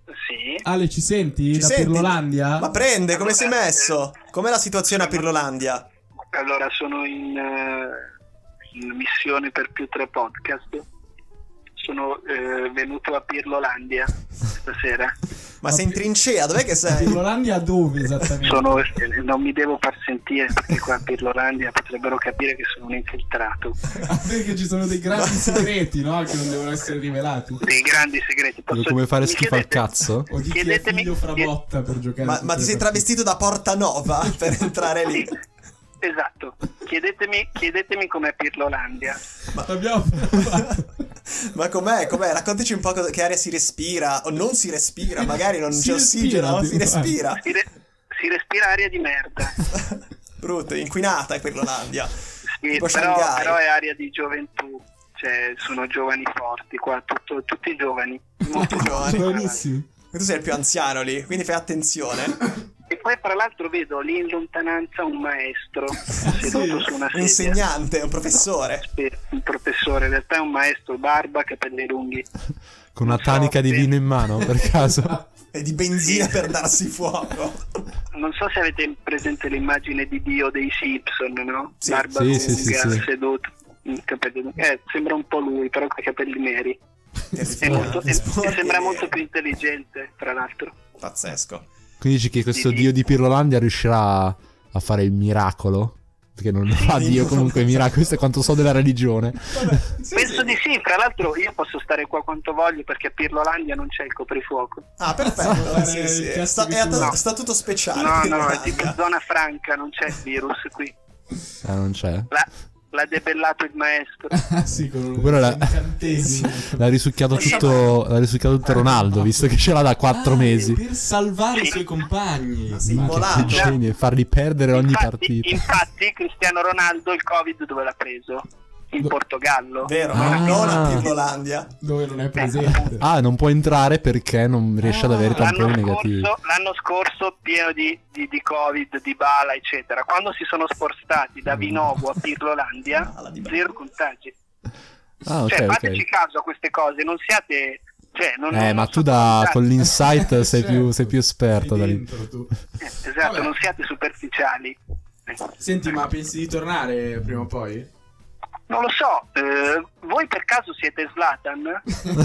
S5: Sì.
S4: Ale, ci senti?
S2: Ci
S4: da
S2: senti?
S4: Pirlolandia?
S2: Ma prende, come sei messo? Com'è la situazione a Pirlolandia?
S5: Allora sono in, eh, in missione per più tre podcast. Sono eh, venuto a Pirlolandia stasera.
S2: Ma sei in trincea, dov'è che sei?
S4: Pirlolandia dove esattamente?
S2: [LAUGHS]
S5: Sono- eh, non mi devo far sentire perché qua a Pirlolandia potrebbero capire che sono un infiltrato.
S4: Ah, Perché ci sono dei grandi segreti, no? Che non devono essere rivelati.
S5: Dei grandi segreti.
S1: Come-
S5: Posso-
S1: Come fare
S5: mi
S1: schifo al
S5: chiedete-
S1: cazzo?
S4: O di chi è
S5: Chiedetemi-
S4: figlio fra botta per giocare.
S2: Ma,
S4: tutte
S2: ma
S4: le
S2: ti
S4: partite.
S2: sei travestito da Portanova [LAUGHS] per entrare lì?
S5: Sì, Esatto, chiedetemi, chiedetemi com'è Pirlolandia.
S4: L'abbiamo
S1: [LAUGHS]
S4: provato.
S2: Ma com'è? Com'è? Raccontaci un po' cosa- che aria si respira o non si respira, magari non
S4: Si
S2: c'è
S4: respira,
S2: ossigeno, no? si
S4: tipo,
S2: respira.
S5: Si, re- si respira aria di merda.
S2: [LAUGHS] Brutto, inquinata è Pirlolandia.
S5: Sì,
S2: Tipo
S5: però,
S2: Shanghai.
S5: però è area di gioventù, cioè sono giovani forti qua, tutto- tutti giovani. Molto
S2: Tutti giovani.
S4: Giovanissimi.
S2: Tu sei il più anziano lì, quindi fai attenzione.
S5: E poi fra l'altro vedo lì in lontananza un maestro seduto su una
S2: Un
S5: sedia.
S2: insegnante, un professore.
S5: Sì, un professore, in realtà è un maestro, barba, capelli lunghi.
S1: Con una
S5: No,
S1: tanica di
S5: sì.
S1: vino in mano, per
S5: [LAUGHS]
S1: caso?
S2: E di benzina per darsi fuoco.
S5: Non so se avete presente l'immagine di Dio dei Simpson, no?
S2: Sì.
S5: barba
S1: Sì,
S5: lunga,
S1: sì, sì, sì.
S5: seduto. mm, capelli lunghi. Eh, sembra un po' lui, però con i capelli neri. E, molto- e- e
S2: Sporchi
S5: sembra
S2: e-
S5: molto più intelligente, tra l'altro.
S2: Pazzesco.
S1: Quindi dici che questo dio di Pirlolandia riuscirà a fare il miracolo? che non fa Dio comunque Mira, questo è quanto so della religione.
S2: Sì,
S5: Penso
S2: sì.
S5: di sì, fra l'altro io posso stare qua quanto voglio perché a Pirlolandia non c'è il coprifuoco.
S2: Ah, perfetto.
S3: Fare
S2: sì, sì.
S3: il cazzo
S2: Sta-
S3: di
S2: è a
S3: culo.
S2: ta- statuto speciale.
S5: No,
S2: quindi
S5: no,
S2: non
S5: è
S2: ha-
S5: tipo zona franca, non c'è il virus qui.
S1: Ah, non c'è.
S5: L'ha, l'ha debellato il maestro.
S4: [LAUGHS] Ah, sì, con un
S1: Quello era-
S4: incantesimo.
S1: L'ha risucchiato tutto, l'ha risucchiato tutto Ronaldo, visto che ce l'ha da [LAUGHS] quattro
S4: Ah,
S1: mesi.
S4: Per salvare i suoi compagni.
S2: sì,
S4: Ma-
S2: mola-
S1: Che genio, farli perdere ogni
S5: infatti,
S1: partita.
S5: infatti Cristiano Ronaldo il Covid dove l'ha preso? In Portogallo.
S2: Vero,
S1: Ah.
S2: non a Pirlolandia.
S4: dove non è presente.
S1: Ah, non può entrare perché non riesce ad avere
S5: Ah, L'anno
S1: tamponi negativi.
S5: scorso, l'anno scorso pieno di, di, di Covid, di bala, eccetera. Quando si sono spostati da Vinovo a Pirlolandia,
S2: Mm. Bala, di bala.
S5: zero contagi.
S1: Ah, ok,
S5: cioè, fateci
S1: ok.
S5: caso a queste cose, non siate... Cioè, non,
S1: Eh,
S5: non
S1: ma tu
S5: sono
S1: da,
S5: contagi.
S1: con
S5: [LAUGHS]
S1: l'insight sei,
S5: Cioè,
S4: Certo.
S1: più, sei più esperto.
S4: Sei
S1: da lì.
S4: dentro, tu.
S5: Eh, Esatto,
S3: Vabbè.
S5: non siate superficiali. Eh,
S3: Senti, ma pensi di tornare prima o poi?
S5: Non lo so, eh, voi per caso siete Slatan?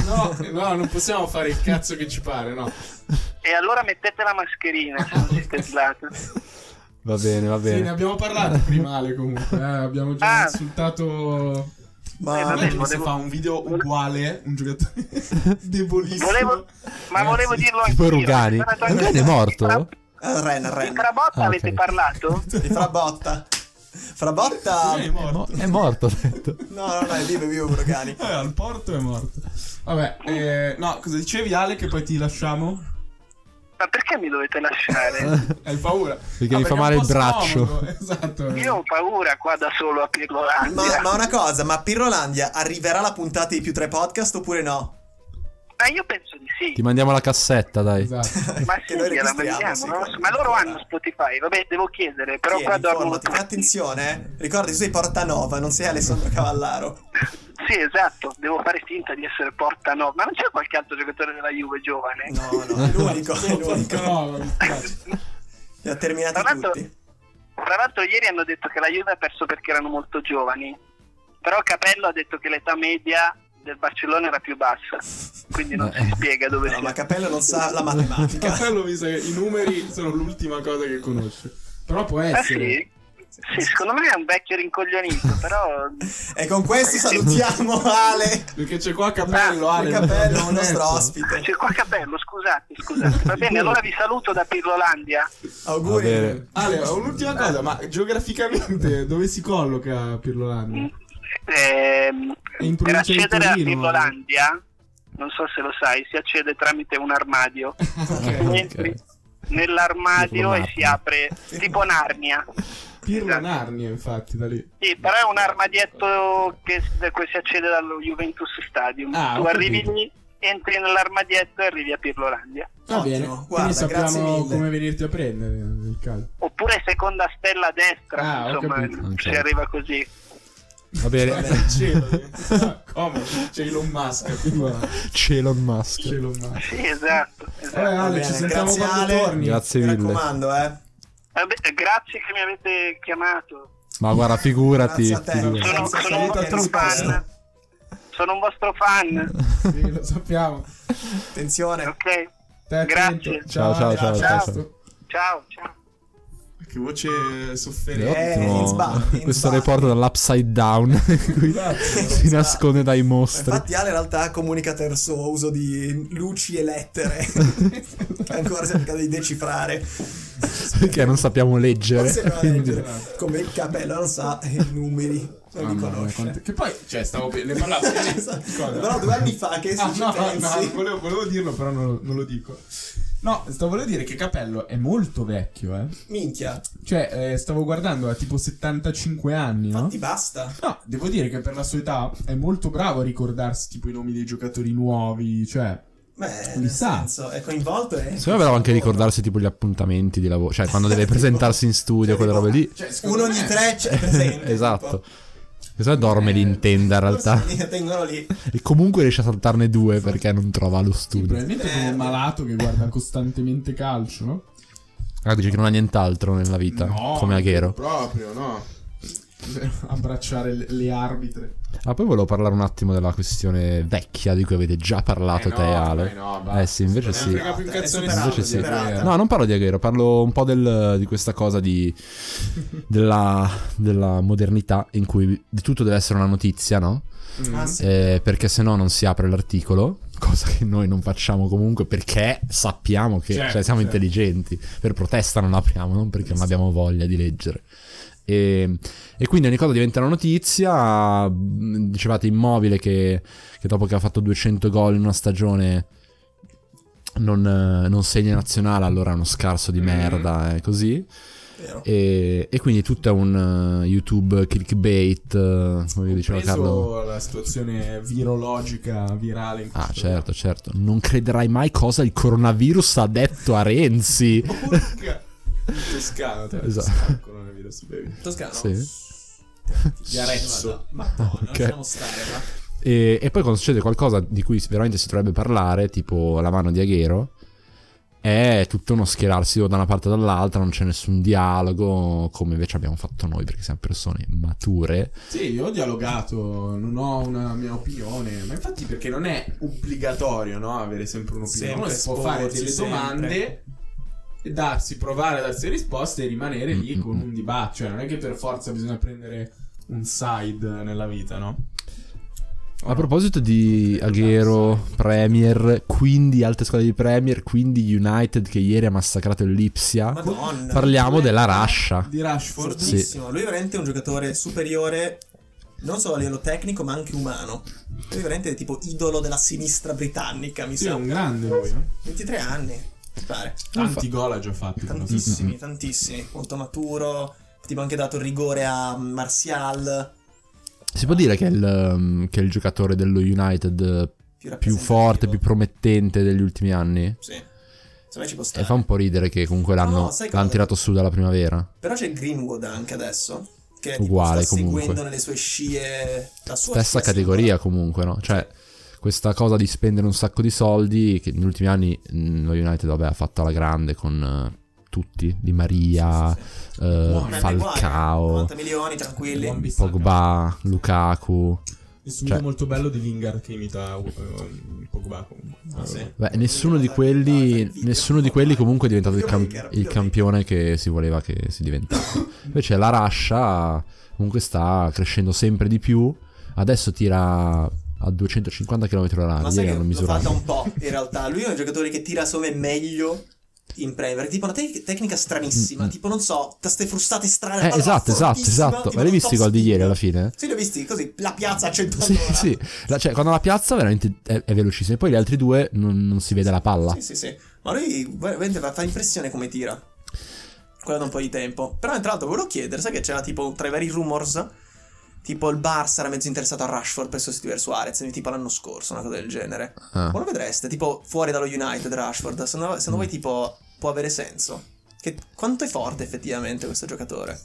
S3: no, no, non possiamo fare il cazzo che ci pare, no.
S5: E allora mettete la mascherina se non siete Zlatan.
S1: [LAUGHS] Va bene, va
S4: Sì, ne
S1: bene.
S4: abbiamo parlato prima, Ale, comunque. eh, abbiamo già
S5: Ah.
S4: insultato...
S2: Ma
S5: Eh,
S4: Vabbè,
S5: vabbè,
S4: se
S5: volevo-
S4: fa un video uguale, un
S3: [LAUGHS]
S4: giocatore debolissimo.
S5: Volevo- ma
S4: Ragazzi,
S5: volevo dirlo anche
S1: Tipo Rugani. Rugani è morto?
S2: Eh, Ren,
S5: Di
S2: Ren.
S5: Trabotta
S1: Ah, ok.
S5: avete parlato?
S2: Di Frabotta.
S3: Ah,
S2: Frabotta...
S4: È
S1: È, mo-
S4: morto.
S1: è morto, ho detto.
S2: No, no, no, è vivo, è vivo, Uragani.
S4: Eh, al porto è morto.
S3: Vabbè, eh, no, cosa dicevi Ale che poi ti lasciamo?
S5: Ma perché mi dovete
S1: [LAUGHS]
S5: lasciare?
S3: Hai paura? Ah,
S1: Perché mi fa
S3: è un
S1: male il
S3: po'
S1: braccio.
S3: scomodo, Esatto.
S5: Io ho paura qua da solo a
S2: Ma,
S5: Pirlolandia.
S2: ma una cosa, ma Pirrolandia arriverà la puntata di più tre podcast oppure no?
S5: Ma io penso di
S1: Ti
S5: sì.
S1: mandiamo la cassetta, dai.
S4: Esatto.
S5: Ma
S2: che
S5: sì,
S2: noi registriamo,
S5: gliela mandiamo.
S2: sì,
S5: no?
S2: guarda.
S5: Ma loro hanno Spotify, vabbè, devo chiedere, però
S2: Tieni,
S5: qua dormono
S2: informati. Ma
S5: tutti.
S2: attenzione, eh. ricordi, tu sei Portanova, non sei Alessandro Cavallaro.
S5: Sì, esatto, devo fare finta di essere porta no. Ma non c'è qualche altro giocatore della Juve giovane?
S2: No, no, è
S3: Esatto.
S2: l'unico, è l'unico.
S4: No, mi piace.
S2: Li ha terminati
S5: Tra l'altro-
S2: tutti.
S5: Tra l'altro ieri hanno detto che la Juve ha perso perché erano molto giovani, però Capello ha detto che l'età media del Barcellona era più bassa, quindi non si spiega dove
S2: No,
S5: sia. Eh
S2: ma Capello non sa la matematica.
S3: Castello mi sa che i numeri sono l'ultima cosa che conosce. Però può
S5: Ah,
S3: essere.
S5: sì? Sì, secondo me è un vecchio rincoglionito,
S2: [LAUGHS]
S5: però...
S2: E con questi salutiamo Ale,
S3: Perché c'è qua Capello,
S2: Eh, il
S3: Ale. Eh, ecco.
S2: capello, il
S3: non
S2: nostro ospite.
S5: C'è qua Capello, scusate, scusate. Va bene, allora vi saluto da Pirlolandia.
S1: Va
S2: Auguri.
S1: bene.
S3: Ale, ho un'ultima cosa, ma geograficamente dove si colloca Pirlolani?
S5: Ehm,
S4: È in
S5: per
S4: provincia di
S5: accedere a
S4: Torino. eh.
S5: Pirlolandia, non so se lo sai, si accede tramite
S4: [LAUGHS]
S5: un armadio. Tu entri nell'armadio e si apre tipo Narnia.
S4: Pirlo
S5: Esatto.
S4: Narnia, infatti, da lì.
S5: Sì, però è un armadietto che, da cui si accede dallo Juventus Stadium.
S4: Ah,
S5: tu
S4: ho
S5: arrivi
S4: capito.
S5: lì, entri nell'armadietto e arrivi a Pirlolandia.
S4: Va
S2: Ottimo,
S4: bene,
S2: guarda,
S4: quindi
S2: grazie
S4: sappiamo
S2: mille.
S4: come venirti a prendere nel caso.
S5: Oppure seconda stella a destra,
S4: Ah, ho
S5: insomma,
S4: capito.
S1: Ok.
S5: si arriva così.
S1: Va bene.
S3: Nel [LAUGHS]
S1: [LAUGHS]
S3: cielo. eh. Comodo, c'è Elon Musk. Pirlo-
S1: Elon Musk.
S4: Cielo ma.
S5: Sì, esatto. esatto.
S4: Vabbè, Eh, Ale,
S2: bene,
S4: ci sentiamo
S2: grazie,
S4: quando
S2: Ale.
S4: torni.
S1: Grazie
S2: Mi
S1: mille.
S2: raccomando, eh.
S5: Vabbè, grazie che mi avete chiamato.
S1: Ma guarda, figurati.
S2: Grazie a te.
S1: figurati.
S5: Sono,
S2: Grazie,
S5: sono un
S2: saluto a
S5: vostro
S2: tutti.
S5: fan. Sono un vostro fan.
S4: Sì, lo sappiamo.
S3: [LAUGHS]
S2: Attenzione.
S5: Ok,
S4: Stai attento.
S5: Grazie.
S1: Ciao, ciao, ciao,
S5: ciao.
S1: ciao.
S5: ciao, ciao.
S3: Che voce
S1: È
S3: sofferente.
S1: ottimo.
S2: Eh, in sbatti, in
S1: Questo
S2: sbatti.
S1: report dall'upside down [LAUGHS] in cui
S2: [LAUGHS]
S1: si
S2: Esatto.
S1: nasconde dai mostri.
S2: Infatti Ale in realtà comunica terzo uso di luci e
S1: [LAUGHS]
S2: lettere. Che Ancora cerca di decifrare.
S1: [LAUGHS] Perché non sappiamo leggere.
S2: Forse non la
S1: eh. quindi-
S2: legge. Come il capello non sa eh, i numeri. Eh, Non li
S3: Mamma mia,
S2: conosce.
S3: quante- Che poi, cioè, stavo pe-
S2: [LAUGHS]
S3: ne parlavo. Cosa?
S2: Però due anni fa che
S3: Ah,
S2: si ci
S3: no,
S2: pensi.
S3: no, volevo, volevo dirlo, però non, non lo dico. No, stavo dire che Capello è molto vecchio, eh.
S2: Minchia.
S3: Cioè, eh, stavo guardando, ha tipo 75 anni, no?
S2: Infatti basta.
S3: No, devo dire che per la sua età è molto bravo a ricordarsi tipo i nomi dei giocatori nuovi, cioè...
S2: Beh,
S3: Li
S2: nel
S3: sa.
S2: senso, è coinvolto e...
S1: Secondo me bravo
S2: [LAUGHS]
S1: anche ricordarsi tipo gli appuntamenti di lavoro, cioè quando deve presentarsi in studio, quelle robe
S2: [LAUGHS]
S1: lì.
S3: cioè secondo
S2: Uno
S3: me-
S2: ogni tre
S1: [LAUGHS]
S2: c'è presente.
S1: Esatto. Secondo me dorme l'intenda in realtà.
S2: Eh, Forse li tengono lì.
S1: E comunque riesce a saltarne due perché non trova lo
S3: Sì,
S1: studio.
S3: probabilmente come un malato che guarda costantemente calcio, no?
S1: Ah, dice che non ha nient'altro nella vita, come Aghero.
S3: Proprio, no. [LAUGHS] abbracciare le, le arbitre.
S1: Ah, poi volevo parlare un attimo della questione vecchia di cui avete già parlato,
S3: Eh
S1: te e Ah, Ale. eh sì, invece sì.
S3: frega più un cazzo
S2: È
S3: nessuno
S1: Invece
S2: superata,
S1: sì.
S2: superata.
S1: No, non parlo di Aguero, parlo un po' del- di questa cosa di, della, della modernità in cui di tutto deve essere una notizia, no?
S2: Ah, sì.
S1: Eh, perché se no non si apre l'articolo, [LAUGHS] cosa che noi non facciamo comunque perché sappiamo che
S4: Certo,
S1: cioè, siamo
S4: certo.
S1: intelligenti, per protesta non apriamo, non perché non abbiamo voglia di leggere. E, e quindi ogni cosa diventa una notizia, mh, dicevate immobile che, che dopo che ha fatto 200 gol in una stagione non, eh, non segna in nazionale, allora è uno scarso di
S4: Mhm.
S1: merda, eh, così.
S2: Vero.
S1: E, e quindi tutto è un eh, YouTube clickbait, eh, come diceva Carlo.
S3: Preso la situazione virologica, virale. in cui
S1: Ah,
S3: sto-
S1: certo, certo. Non crederai mai cosa il coronavirus ha detto a Renzi. [LAUGHS]
S3: Porca! In Toscano, te
S1: Esatto.
S3: esatto. coronavirus, baby.
S2: Toscano.
S1: Sì. Ah,
S3: Di Arezzo.
S2: Ma no, non
S1: Ok.
S2: lasciamo stare, va.
S1: E, e poi quando succede qualcosa di cui veramente si dovrebbe parlare, tipo la mano di Aghero, è tutto uno schierarsi o da una parte o dall'altra, non c'è nessun dialogo, come invece abbiamo fatto noi, perché siamo persone mature.
S3: Sì, io ho dialogato, non ho una mia opinione, ma infatti perché non è obbligatorio, no, avere sempre un'opinione,
S2: Sempre
S3: Uno si può fare
S2: esporsi,
S3: delle
S2: sempre.
S3: domande e darsi, provare a darsi risposte e rimanere lì
S1: Mm,
S3: con
S1: mm,
S3: un dibattito, cioè non è che per forza bisogna prendere un side nella vita, no?
S1: A proposito di Aguero, Premier, quindi altre squadre di Premier, quindi United che ieri ha massacrato il Lipsia.
S2: Madonna.
S1: Parliamo della Russia.
S3: Di Rashford.
S2: Fortissimo. Lui è veramente un giocatore superiore, non solo a livello tecnico, ma anche umano. Lui è veramente tipo idolo della sinistra britannica, mi
S3: Sì, è
S2: sa.
S3: un grande lui, eh.
S2: 23 anni, mi pare.
S3: Tanti gol ha già fatti.
S1: Mm-hmm.
S3: però.
S2: Tantissimi, tantissimi. Molto maturo. Tipo ha anche dato il rigore a Martial.
S1: Si può dire che è il, um, che è il giocatore dello United eh, più
S2: rappresentativo.
S1: forte, più promettente degli ultimi anni?
S2: Sì. Se me ci può
S1: E
S2: stare.
S1: fa un po' ridere che comunque l'hanno,
S2: No, sai cosa?
S1: l'hanno tirato su dalla primavera.
S2: Però c'è Greenwood anche adesso. Che tipo,
S1: Uguale,
S2: sta
S1: comunque.
S2: seguendo nelle sue scie. La sua
S1: Stessa
S2: scia
S1: categoria
S2: singola.
S1: comunque, no? Cioè, questa cosa di spendere un sacco di soldi, che negli ultimi anni mh, lo United, vabbè, ha fatto alla grande con eh, tutti, Di Maria,
S2: Sì, sì, sì.
S1: eh,
S2: Buono,
S1: Falcao,
S2: 90 milioni, tranquilli.
S3: Buon Bissaka.
S1: Pogba, Lukaku.
S3: Il subito
S1: Cioè-
S3: molto bello di Lingard che imita eh, Pogba comunque.
S2: Ah, sì.
S1: Beh, nessuno di quelli, nessuno di quelli comunque è diventato il, cam-
S2: Videomaker,
S1: il
S2: videomaker.
S1: campione che si voleva che si diventasse. Invece la Russia comunque sta crescendo sempre di più. Adesso tira a 250 km/h.
S2: Ma
S1: Ieri
S2: sai che
S1: hanno
S2: l'ho
S1: misurato.
S2: fatta un po' in realtà. Lui è un giocatore che tira secondo me meglio in Premier. Perché Tipo una tec- tecnica stranissima.
S1: Mm.
S2: Tipo, non so, queste frustate strane.
S1: Eh,
S2: palla
S1: esatto, esatto,
S2: fortissima,
S1: esatto.
S2: tipo
S1: Ma l'hai
S2: un
S1: visto i
S2: top
S1: gol di
S2: spin.
S1: ieri alla
S2: [LAUGHS]
S1: fine?
S2: Sì, li ho visti così. La piazza a 100
S1: Sì,
S2: all'ora.
S1: sì. La- cioè, quando la piazza veramente è, è velocissima. E poi gli altri due non, non si vede la palla.
S2: Sì, sì, sì. Ma lui veramente fa, fa impressione come tira. Quello da un po' di tempo. Però, tra l'altro, volevo chiedere, sai che c'era tipo tra i vari rumors? Tipo il Barça era mezzo interessato a Rashford per sostituire Suarez, tipo l'anno scorso, una cosa del genere.
S1: Ah.
S2: Ma lo vedreste, tipo fuori dallo United Rashford, se no, se no voi tipo può avere senso. Che, quanto è forte effettivamente questo giocatore?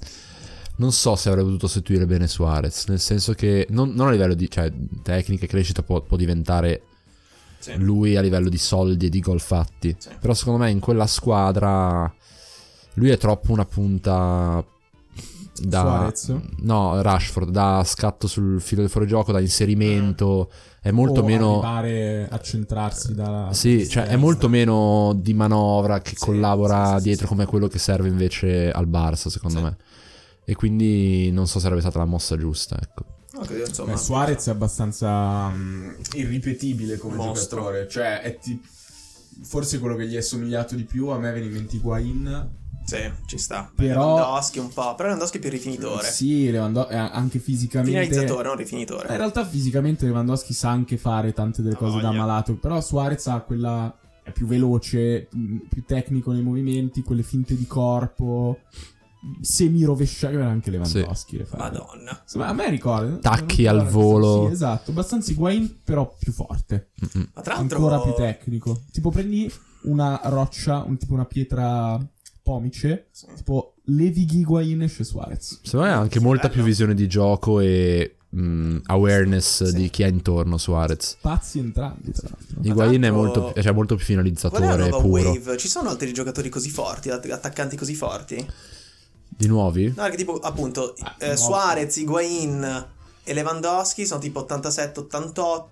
S1: Non so se avrebbe potuto sostituire bene Suarez. Nel senso che, non, non a livello di cioè, tecnica e crescita, può- può diventare lui a livello di soldi e di gol fatti.
S2: Sì.
S1: Però secondo me in quella squadra lui è troppo una punta da
S4: Suarez?
S1: No, Rashford, da scatto sul filo del fuorigioco, da inserimento, è molto
S4: o
S1: meno
S4: arrivare a centrarsi dalla
S1: sì, cioè è molto meno di manovra che
S2: Sì,
S1: collabora
S2: sì, sì,
S1: dietro
S2: sì.
S1: come quello che serve invece al Barça, secondo
S2: Sì.
S1: me. E quindi non so se sarebbe stata la mossa giusta, ecco.
S2: Ok, insomma.
S3: Beh, Suarez è abbastanza mm, irripetibile come
S2: Mostro.
S3: giocatore, cioè è ti- forse quello che gli è somigliato di più, a me veniva in Higuain.
S2: Sì, ci sta.
S4: Però-
S2: Lewandowski un po', però Lewandowski è più rifinitore.
S4: Sì, Lewando- eh, anche fisicamente
S2: Finalizzatore, non
S4: Eh, In
S2: rifinitore.
S4: realtà fisicamente Lewandowski sa anche fare tante delle
S2: Ha
S4: cose da
S2: voglia.
S4: malato, però Suarez ha quella è più veloce, mh, più tecnico nei movimenti, quelle finte di corpo semi rovesciate anche Lewandowski le fa.
S2: Madonna.
S4: Insomma, a me ricorda
S1: Tacchi
S4: non ricordo,
S1: al volo.
S4: Sì, esatto, abbastanza Higuain però più forte,
S1: Mm-mm.
S2: Ma tra l'altro...
S4: ancora più tecnico. Tipo prendi una roccia, un tipo una pietra pomice,
S2: Sì.
S4: tipo levi Higuain esce Suarez.
S1: Secondo me ha anche
S2: Sì,
S1: molta
S2: bello.
S1: più visione di gioco e mh, awareness
S2: Sì.
S1: di chi è intorno Suarez.
S4: Pazzi entrambi, tra l'altro.
S2: Ma
S1: Higuain è
S2: tanto-
S1: molto, pi- cioè, molto più
S2: Qual è la
S1: finalizzatore
S2: nuova
S1: puro.
S2: wave? Ci sono altri giocatori così forti, att- attaccanti così forti?
S1: Di nuovi?
S2: No, perché tipo, appunto,
S3: Ah,
S2: eh,
S3: no.
S2: Suarez, Higuain e Lewandowski sono tipo 87-88.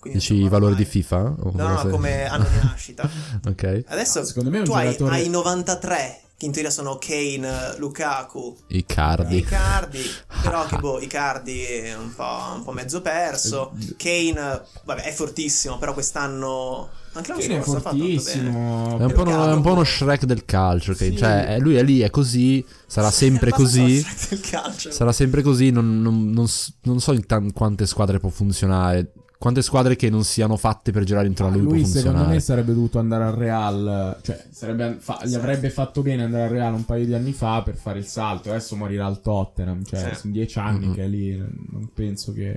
S2: quindi
S1: Dici
S2: insomma,
S1: i valori
S2: ormai-
S1: di FIFA? O
S2: No, no,
S1: cosa- [LAUGHS]
S2: come anno di nascita.
S3: [LAUGHS]
S1: ok.
S2: Adesso
S3: Secondo me è un
S2: tu hai,
S3: giocatore-
S2: hai 93, che in teoria sono Kane, Lukaku,
S1: I cardi.
S2: Icardi, però
S3: [LAUGHS]
S2: che boh, Icardi è un po', un po' mezzo perso.
S3: Eh,
S2: Kane, vabbè, è fortissimo, però quest'anno... Anche l'anno
S3: Kane è
S2: scorso ha fatto tanto bene.
S3: fortissimo.
S1: È un, po uno,
S2: Lukaku.
S1: è un po' uno Shrek del calcio, che,
S3: Sì.
S1: cioè eh, lui è lì, è così, sarà sempre
S2: È abbastanza
S1: così,
S2: la stretta del calcio.
S1: sarà sempre così, non, non- non s- non so in tan- quante squadre può funzionare, quante squadre che non siano fatte per girare intorno a lui,
S3: lui
S1: può
S3: Ah, secondo me
S1: funzionare.
S3: sarebbe dovuto andare al Real, cioè sarebbe- fa-
S2: Esatto.
S3: gli avrebbe fatto bene andare al Real un paio di anni fa per fare il salto, adesso morirà al Tottenham, cioè
S2: Sì.
S3: sono dieci anni
S1: Mhm.
S3: che è lì, non penso che...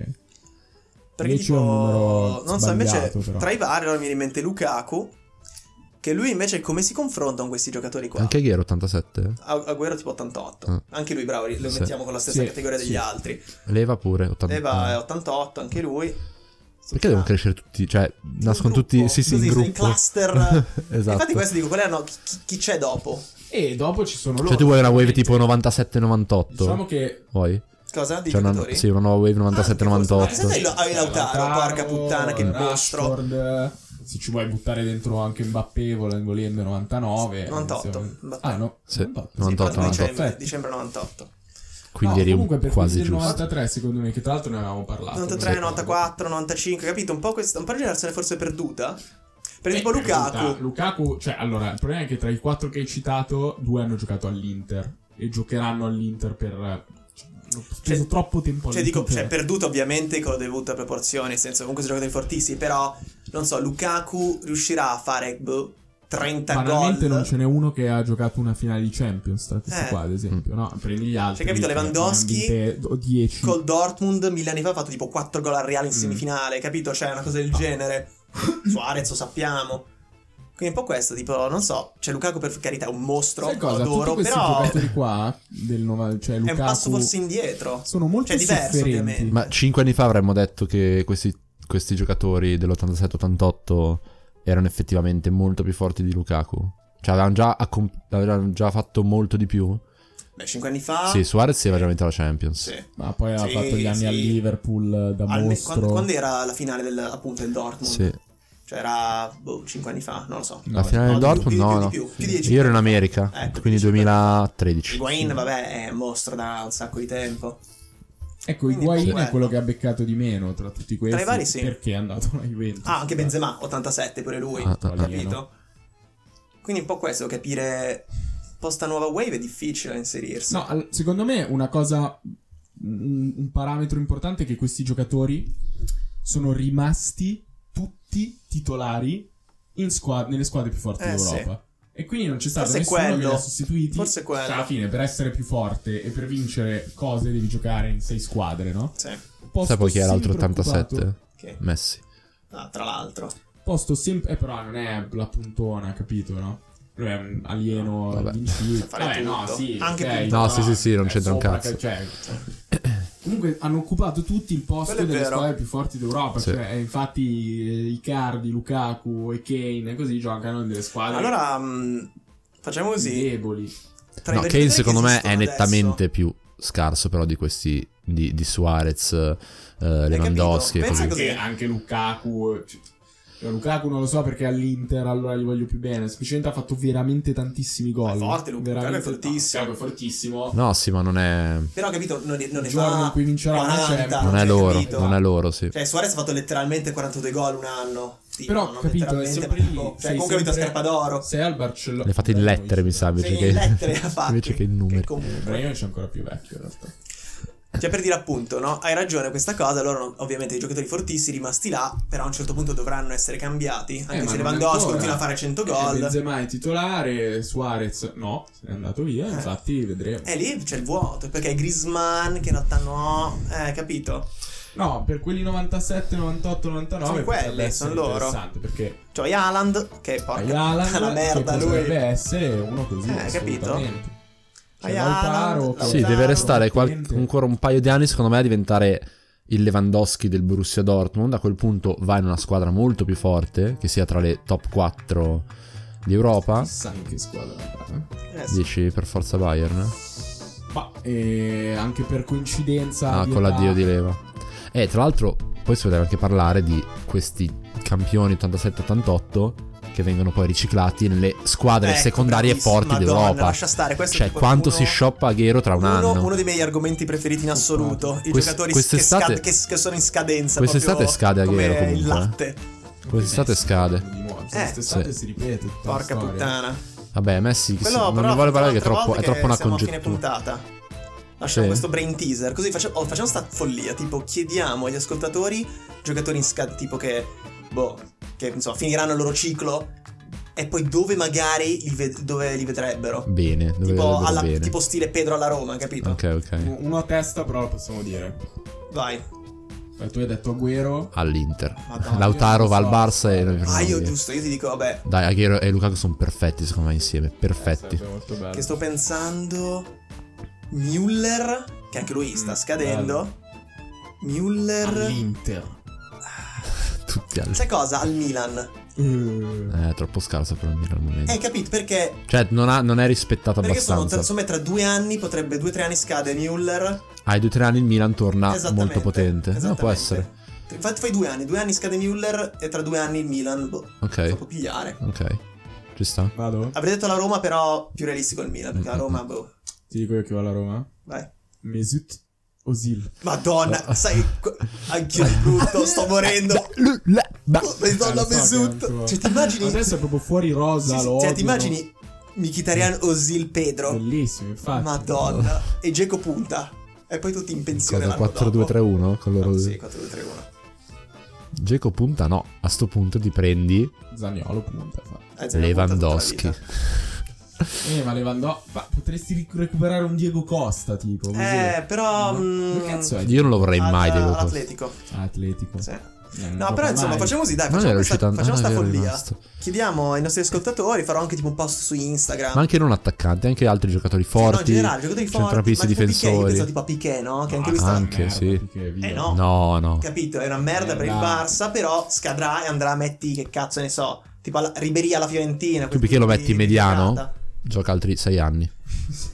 S2: Perché
S3: Invece è
S2: tipo,
S3: un numero
S2: non so, invece
S3: sbagliato, però.
S2: tra i vari allora mi viene in mente Lukaku, che lui invece come si confronta con questi giocatori qua?
S1: Anche Ghiero 87,
S2: A- Agüero tipo 88,
S1: Ah.
S2: anche lui bravo, lo
S1: Sì.
S2: mettiamo con la stessa
S3: Sì,
S2: categoria degli
S3: sì.
S2: altri.
S1: Leva pure 88.
S2: Eva è 88, anche lui.
S1: Perché devono
S2: Sono-
S1: crescere tutti, cioè nascono
S2: gruppo,
S1: tutti, sì sì, in
S2: così,
S1: gruppo. [LAUGHS]
S2: in cluster.
S1: esatto.
S2: Infatti questo dico, qual è no, chi, chi- chi c'è dopo?
S3: E dopo ci sono loro.
S1: Cioè tu vuoi una wave tipo 97-98?
S3: Diciamo che
S1: Vuoi?
S2: Cosa? Di
S1: Cioè una,
S2: giocatori?
S1: sì, una nuova wave
S2: Ah, sì, sì,
S1: 97-98.
S2: sì. Avevi Lautaro, porca puttana, che mostro.
S3: Cioè, Rashford, Se ci vuoi buttare dentro anche Mbappé vol- volendo 99.
S2: 98,
S3: insomma.
S2: Mbappé.
S3: Ah no,
S1: Sì,
S3: 98.
S2: Sì,
S1: 98, 98.
S2: parlo di dicembre,
S3: Perfetto.
S2: dicembre 98.
S1: Quindi
S3: No,
S1: eri
S3: comunque per
S1: quasi
S3: finire il
S1: giusto.
S3: 93 secondo me, che tra l'altro ne avevamo parlato. Cioè,
S2: 93,
S3: Sì.
S2: 94, 95, capito? Un po', questa, un po' di generazione forse perduta. Per
S3: Eh,
S2: tipo
S3: per
S2: Lukaku.
S3: carità, Lukaku, cioè, allora, il problema è che tra i quattro che hai citato, due hanno giocato all'Inter e giocheranno all'Inter per... Cioè, hanno speso
S2: Cioè-
S3: troppo tempo
S2: Cioè, dico,
S3: all'Inter.
S2: cioè, perduto ovviamente con la dovuta proporzione, nel senso comunque sono giocatori fortissimi, però, non so, Lukaku riuscirà a fare boh, 30 gol.
S3: Banalmente non ce n'è uno che ha giocato una finale di Champions, tra questi
S2: Eh.
S3: qua, ad esempio,
S1: Mm.
S3: no? Prendi gli altri.
S2: Cioè, capito,
S3: che
S2: Lewandowski
S3: ne hanno vinte- o 10.
S2: Col Dortmund, mille anni fa, ha fatto tipo 4 gol al
S3: Mm.
S2: Real in semifinale, capito? Cioè, una cosa
S3: Ah.
S2: del genere. Suarez lo sappiamo. Quindi un po' questo, tipo, non so, cioè Lukaku per carità è un mostro,
S3: Sai
S2: lo
S3: cosa? Tutti
S2: adoro,
S3: questi
S2: però
S3: giocatori qua, del nova- cioè
S2: è un
S3: Lukaku,
S2: passo forse indietro.
S3: sono molto
S2: cioè, diverso,
S3: sofferenti.
S2: ovviamente.
S1: Ma 5 anni fa avremmo detto che questi, questi giocatori dell'87-88 erano effettivamente molto più forti di Lukaku. Cioè avevano già, accom- avevano già fatto molto di più.
S2: Beh, 5 anni fa...
S1: Sì, Suarez si era veramente alla Champions.
S2: Ah. sì.
S3: Ma poi ha
S2: Sì,
S3: fatto gli anni
S2: sì.
S3: a Liverpool da
S2: Al-
S3: mostro.
S2: quando, quando era la finale del, appunto, del Dortmund?
S1: Sì.
S2: Cioè era, boh, 5 anni fa, non lo so.
S1: La finale del
S2: di
S1: Dortmund?
S2: più, di più,
S1: no,
S2: di
S1: no.
S2: più, più di dieci
S1: Io ero in
S2: anni fa.
S1: America,
S2: Ecco,
S1: quindi
S2: dieci anni fa.
S1: 2013.
S2: Higuain, vabbè, è un mostro da un sacco di tempo.
S3: Ecco,
S2: Quindi
S3: Higuain
S2: quello.
S3: è quello che ha beccato di meno tra tutti questi.
S2: Tra i vari, sì.
S3: Perché è andato alla Juventus.
S2: Ah, anche Benzema, 87 pure lui,
S1: Ah, ah, ah.
S2: capito? Quindi un po' questo, capire un po' sta nuova wave è difficile da inserirsi.
S3: No, al- secondo me una cosa, un, un parametro importante è che questi giocatori sono rimasti tutti titolari in squa- nelle squadre più forti
S2: Eh,
S3: d'Europa. E quindi non c'è stato
S2: Forse è
S3: nessuno che
S2: quello.
S3: li ha sostituiti.
S2: Forse è quello.
S3: Cioè, alla fine, per essere più forte e per vincere cose devi giocare in sei squadre, no?
S2: Sì.
S3: Posto
S1: Sai poi chi era l'altro
S3: sempre
S1: 87?
S3: occupato-
S2: ok.
S1: Messi. Mm.
S2: Ah, tra l'altro.
S3: Posto sempre... Eh, però non è la puntona, capito, no? Lui è un alieno
S1: Vabbè.
S3: vincibile.
S2: Sa fare tutto.
S3: no, sì.
S2: Anche
S3: ok,
S2: puntona.
S1: No, sì, sì, sì, non
S3: eh,
S1: c'entra un
S3: sopra
S1: cazzo.
S3: che- cioè, Comunque hanno occupato tutti il posto
S2: Quello è
S3: delle
S2: vero.
S3: squadre più forti d'Europa.
S1: Sì.
S3: Cioè, eh, infatti, eh, Icardi, Lukaku e Kane e così giocano delle squadre
S2: Allora, mh, facciamo
S3: più
S2: così.
S3: deboli.
S2: Tra i
S1: no,
S2: giocatori
S1: Kane
S2: che
S1: secondo me è
S2: esistono adesso-
S1: nettamente più scarso però di questi di, di Suarez, eh, Lewandowski e così.
S2: capito? Pensa così.
S3: Anche, anche Lukaku. eh, cioè, Lukaku non lo so perché all'Inter allora gli voglio più bene. Semplicemente ha fatto veramente tantissimi gol.
S2: È forte, Lukaku,
S3: Veramente-
S2: è fortissimo.
S3: Lukaku è fortissimo.
S1: No, sì, ma non è
S2: Però, capito, non, ne- non ne
S3: Il giorno
S2: fa
S3: in cui vincerà una
S2: 40,
S3: Champions.
S1: non è
S2: cioè,
S1: loro,
S2: capito?
S1: non è loro, sì.
S2: Cioè, Suarez ha fatto letteralmente 42 gol un anno. Tipo,
S3: Però,
S2: non
S3: capito, è
S2: letteralmente,
S3: sempre
S2: ma
S3: lì,
S2: tipo, Cioè,
S3: sei
S2: comunque ha vinto a
S3: sempre-
S2: scarpa d'oro.
S3: Sei al Barcellona.
S1: Le fate in lettere, mi sa, invece
S2: Cioè,
S1: che
S2: in lettere ha fatto.
S1: invece che in numeri.
S2: comunque.
S3: Io c'è ancora più vecchio in realtà.
S2: Cioè, per dire appunto, no? Hai ragione questa cosa. Loro, ovviamente, i giocatori fortissimi rimasti là, però a un certo punto dovranno essere cambiati.
S3: Eh,
S2: Anche
S3: ma
S2: se
S3: non
S2: Lewandowski
S3: ancora.
S2: continua a fare 100
S3: Eh,
S2: gol.
S3: Benzema è titolare, Suarez no, se n'è andato
S2: Eh.
S3: via, infatti vedremo.
S2: E lì c'è il vuoto, perché Griezmann che in realtà no, eh, capito?
S3: No, per quelli 97, 98, 99
S2: Sono
S3: potrebbe
S2: quelli,
S3: essere
S2: sono loro.
S3: interessante, perché
S2: Cioè, Haaland, che
S3: hai
S2: porca [LAUGHS]
S3: Haaland
S2: la merda
S3: che
S2: lui.
S3: potrebbe essere uno così,
S2: Eh, capito?
S3: assolutamente. C'è
S2: Hai
S3: Lautaro,
S2: Haaland,
S3: che-
S1: Sì,
S2: Cioè, Lautaro,
S1: deve restare qual-
S3: ovviamente.
S1: ancora un paio di anni secondo me a diventare il Lewandowski del Borussia Dortmund, a quel punto va in una squadra molto più forte, che sia tra le top 4 di Europa.
S3: Chissà in che squadra andrà, eh.
S2: Eh, sì.
S1: Dici per forza Bayern?
S3: Ma eh, anche per coincidenza.
S1: Ah, con
S3: età-
S1: l'addio di Leva. E tra l'altro, poi si poteva anche parlare di questi campioni 87-88 che vengono poi riciclati nelle squadre
S2: Ecco,
S1: secondarie
S2: bravissimo.
S1: forti
S2: Madonna,
S1: d'Europa.
S2: lascia stare, questo è
S1: cioè,
S2: tipo
S1: quanto
S2: uno-
S1: si shoppa Aguero tra un
S2: uno,
S1: anno.
S2: uno dei miei argomenti preferiti in assoluto. I
S1: Quest-
S2: giocatori che,
S1: quest'estate-
S2: scad- che- che sono in scadenza.
S1: Quest'estate
S2: proprio
S1: scade
S2: come
S1: Aguero
S2: il
S1: comunque, eh.
S2: latte.
S1: Quest'estate
S3: Messi,
S1: scade.
S3: Di nuovo.
S2: Eh,
S3: Quest'estate
S1: sì.
S3: si ripete. tutta la
S2: Porca
S3: storia.
S2: puttana.
S1: Vabbè, Messi che si-
S2: Quello
S1: non
S2: però
S1: ne vuole parlare che è
S2: facciamo
S1: troppo, è
S2: altre
S1: troppo una
S2: volte che
S1: congettura.
S2: Siamo a fine puntata. Lasciamo
S1: Sì.
S2: questo brain teaser. Così facciamo, oh, facciamo sta follia. Tipo, chiediamo agli ascoltatori, giocatori in scad. Tipo che. Boh, che insomma, finiranno il loro ciclo. E poi dove magari li, ved- dove li vedrebbero.
S1: Bene, dove
S2: Tipo,
S1: vedrebbero
S2: alla-
S1: bene.
S2: tipo stile Pedro alla Roma, capito?
S1: Ok, ok.
S3: Uno a testa, però lo possiamo dire.
S2: Vai.
S3: Beh, tu hai detto Agüero.
S1: Ah, All'Inter.
S2: Madonna,
S1: Lautaro
S3: io
S1: va al
S3: non
S1: Barça
S3: so.
S1: e noi
S2: Ah,
S1: prendiamo
S2: io
S1: Aguero.
S2: giusto, io ti dico, vabbè.
S1: Dai, Aguero e Lukaku sono perfetti secondo me insieme, perfetti.
S3: Sarebbe molto bello.
S2: Che sto pensando. Müller, che anche lui sta
S3: Mm,
S2: scadendo. Müller.
S3: All'Inter.
S1: Tutti al
S2: Sai cosa? Al Milan.
S3: Eh,
S1: Eh, è troppo scarsa per il Milan al momento.
S2: Eh, capito? Perché.
S1: Cioè, non, ha- non è rispettato
S2: Perché sono,
S1: abbastanza.
S2: tra- insomma, tra due anni, potrebbe due o tre anni scade Müller.
S1: Ai due o tre anni il Milan torna
S2: Esattamente,
S1: Ah, molto potente. No, può
S2: esattamente.
S1: essere.
S2: Infatti fai due anni, due anni scade Müller e tra due anni il Milan, boh, lo può
S1: Ok,
S2: pigliare.
S1: ok. Ci sta.
S3: Vado?
S2: Avrei detto la Roma però più realistico il Milan, perché la Roma, boh,
S3: Ti dico io che va alla Roma.
S2: vai.
S3: Mesut Osil.
S2: Madonna, sai, qu- anch'io di brutto, sto morendo.
S1: [LAUGHS]
S2: Madonna
S3: Eh, lo so che non
S2: Mesut.
S3: può.
S2: Cioè ti immagini...
S3: Adesso è proprio fuori rosa.
S2: sì, sì,
S3: lo
S2: cioè
S3: odio.
S2: ti immagini Mkhitaryan Osil Pedro,
S3: Bellissimo, infatti.
S2: Madonna, e Geco punta. E poi tutti in pensione
S1: Cosa
S2: l'anno
S1: 4-2-3-1 con loro.
S2: dopo. Sì, 4-2-3-1.
S1: Dzeko punta no, a sto punto ti prendi
S3: Zaniolo punta. fa.
S2: Eh, se ne ha puntato
S1: Lewandowski.
S2: tutta la vita.
S3: Eh, ma Levandò. Ma potresti ric- recuperare un Diego Costa, tipo. così.
S2: Eh, però...
S3: Ma-
S2: mm,
S3: Che cazzo è?
S1: Io non lo vorrei
S2: al-
S1: mai Dzeko.
S2: All'Atletico,
S3: Atletico.
S2: sì.
S3: Eh, non
S2: No,
S3: gioca
S2: però insomma,
S3: mai.
S2: facciamo così, dai,
S1: Ma non
S2: facciamo
S1: era
S2: questa,
S1: uscita
S2: facciamo sta
S1: ah, no, era
S2: follia.
S1: rimasto.
S2: Chiediamo ai nostri ascoltatori, farò anche tipo un post su Instagram.
S1: Ma anche non attaccanti, anche altri giocatori
S2: Sì,
S1: forti.
S2: no, in generale, giocatori forti,
S1: centrocampisti
S2: ma tipo Piqué, io
S1: difensori.
S2: penso tipo a Piqué, no? Che anche lui
S1: Ah,
S2: sta...
S1: anche, sì.
S3: Perché, via.
S2: Eh, no.
S1: No, no.
S2: Capito, è una
S1: Eh,
S2: merda per il
S3: Merda.
S2: Barça, però scadrà e andrà a metti, che cazzo ne so, tipo alla, Riberia alla Fiorentina.
S1: Tu
S2: quel
S1: Piqué lo
S2: tipo di-
S1: metti in
S2: di
S1: mediano? [LAUGHS]
S2: giocata.
S1: Gioca altri sei anni.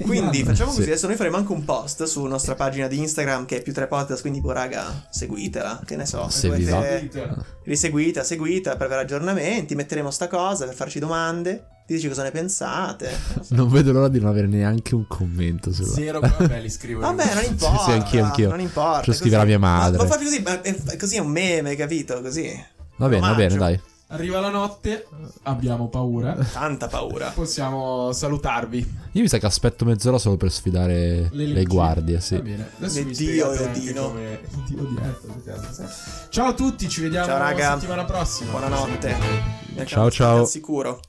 S2: Quindi facciamo
S1: Sì.
S2: così, adesso noi faremo anche un post sulla nostra pagina di Instagram che è più tre podcast, quindi boh raga, seguitela, che ne so.
S1: Se vi
S2: dovete- riseguita, seguita per avere aggiornamenti, metteremo sta cosa per farci domande, diteci cosa
S1: [LAUGHS]
S2: ne pensate.
S1: Non vedo l'ora di non avere neanche un commento sulla...
S3: Zero, però vabbè, li scrivo.
S2: Vabbè, non importa.
S1: sì, anch'io, anch'io.
S2: Non importa.
S1: Faccio scrivere a mia madre.
S2: Ma, ma fai così, ma è, così è un meme, capito? Così.
S1: Va bene, va bene,
S2: Omaggio.
S1: dai.
S3: Arriva la notte, abbiamo paura.
S2: Tanta paura.
S3: Possiamo salutarvi.
S1: Io mi sa che aspetto mezz'ora solo per sfidare le,
S3: leggi.
S1: guardie, sì.
S3: Va bene. Adesso
S2: Le Dio
S3: mi spiegate
S2: e
S3: anche
S2: Odino.
S3: come- Dio di Erto, che cazzo sei. Ciao a tutti, ci vediamo
S2: Ciao, raga.
S3: settimana prossima.
S2: Buonanotte. Mi
S1: Ciao,
S2: raccomando,
S1: ciao.
S2: state al sicuro.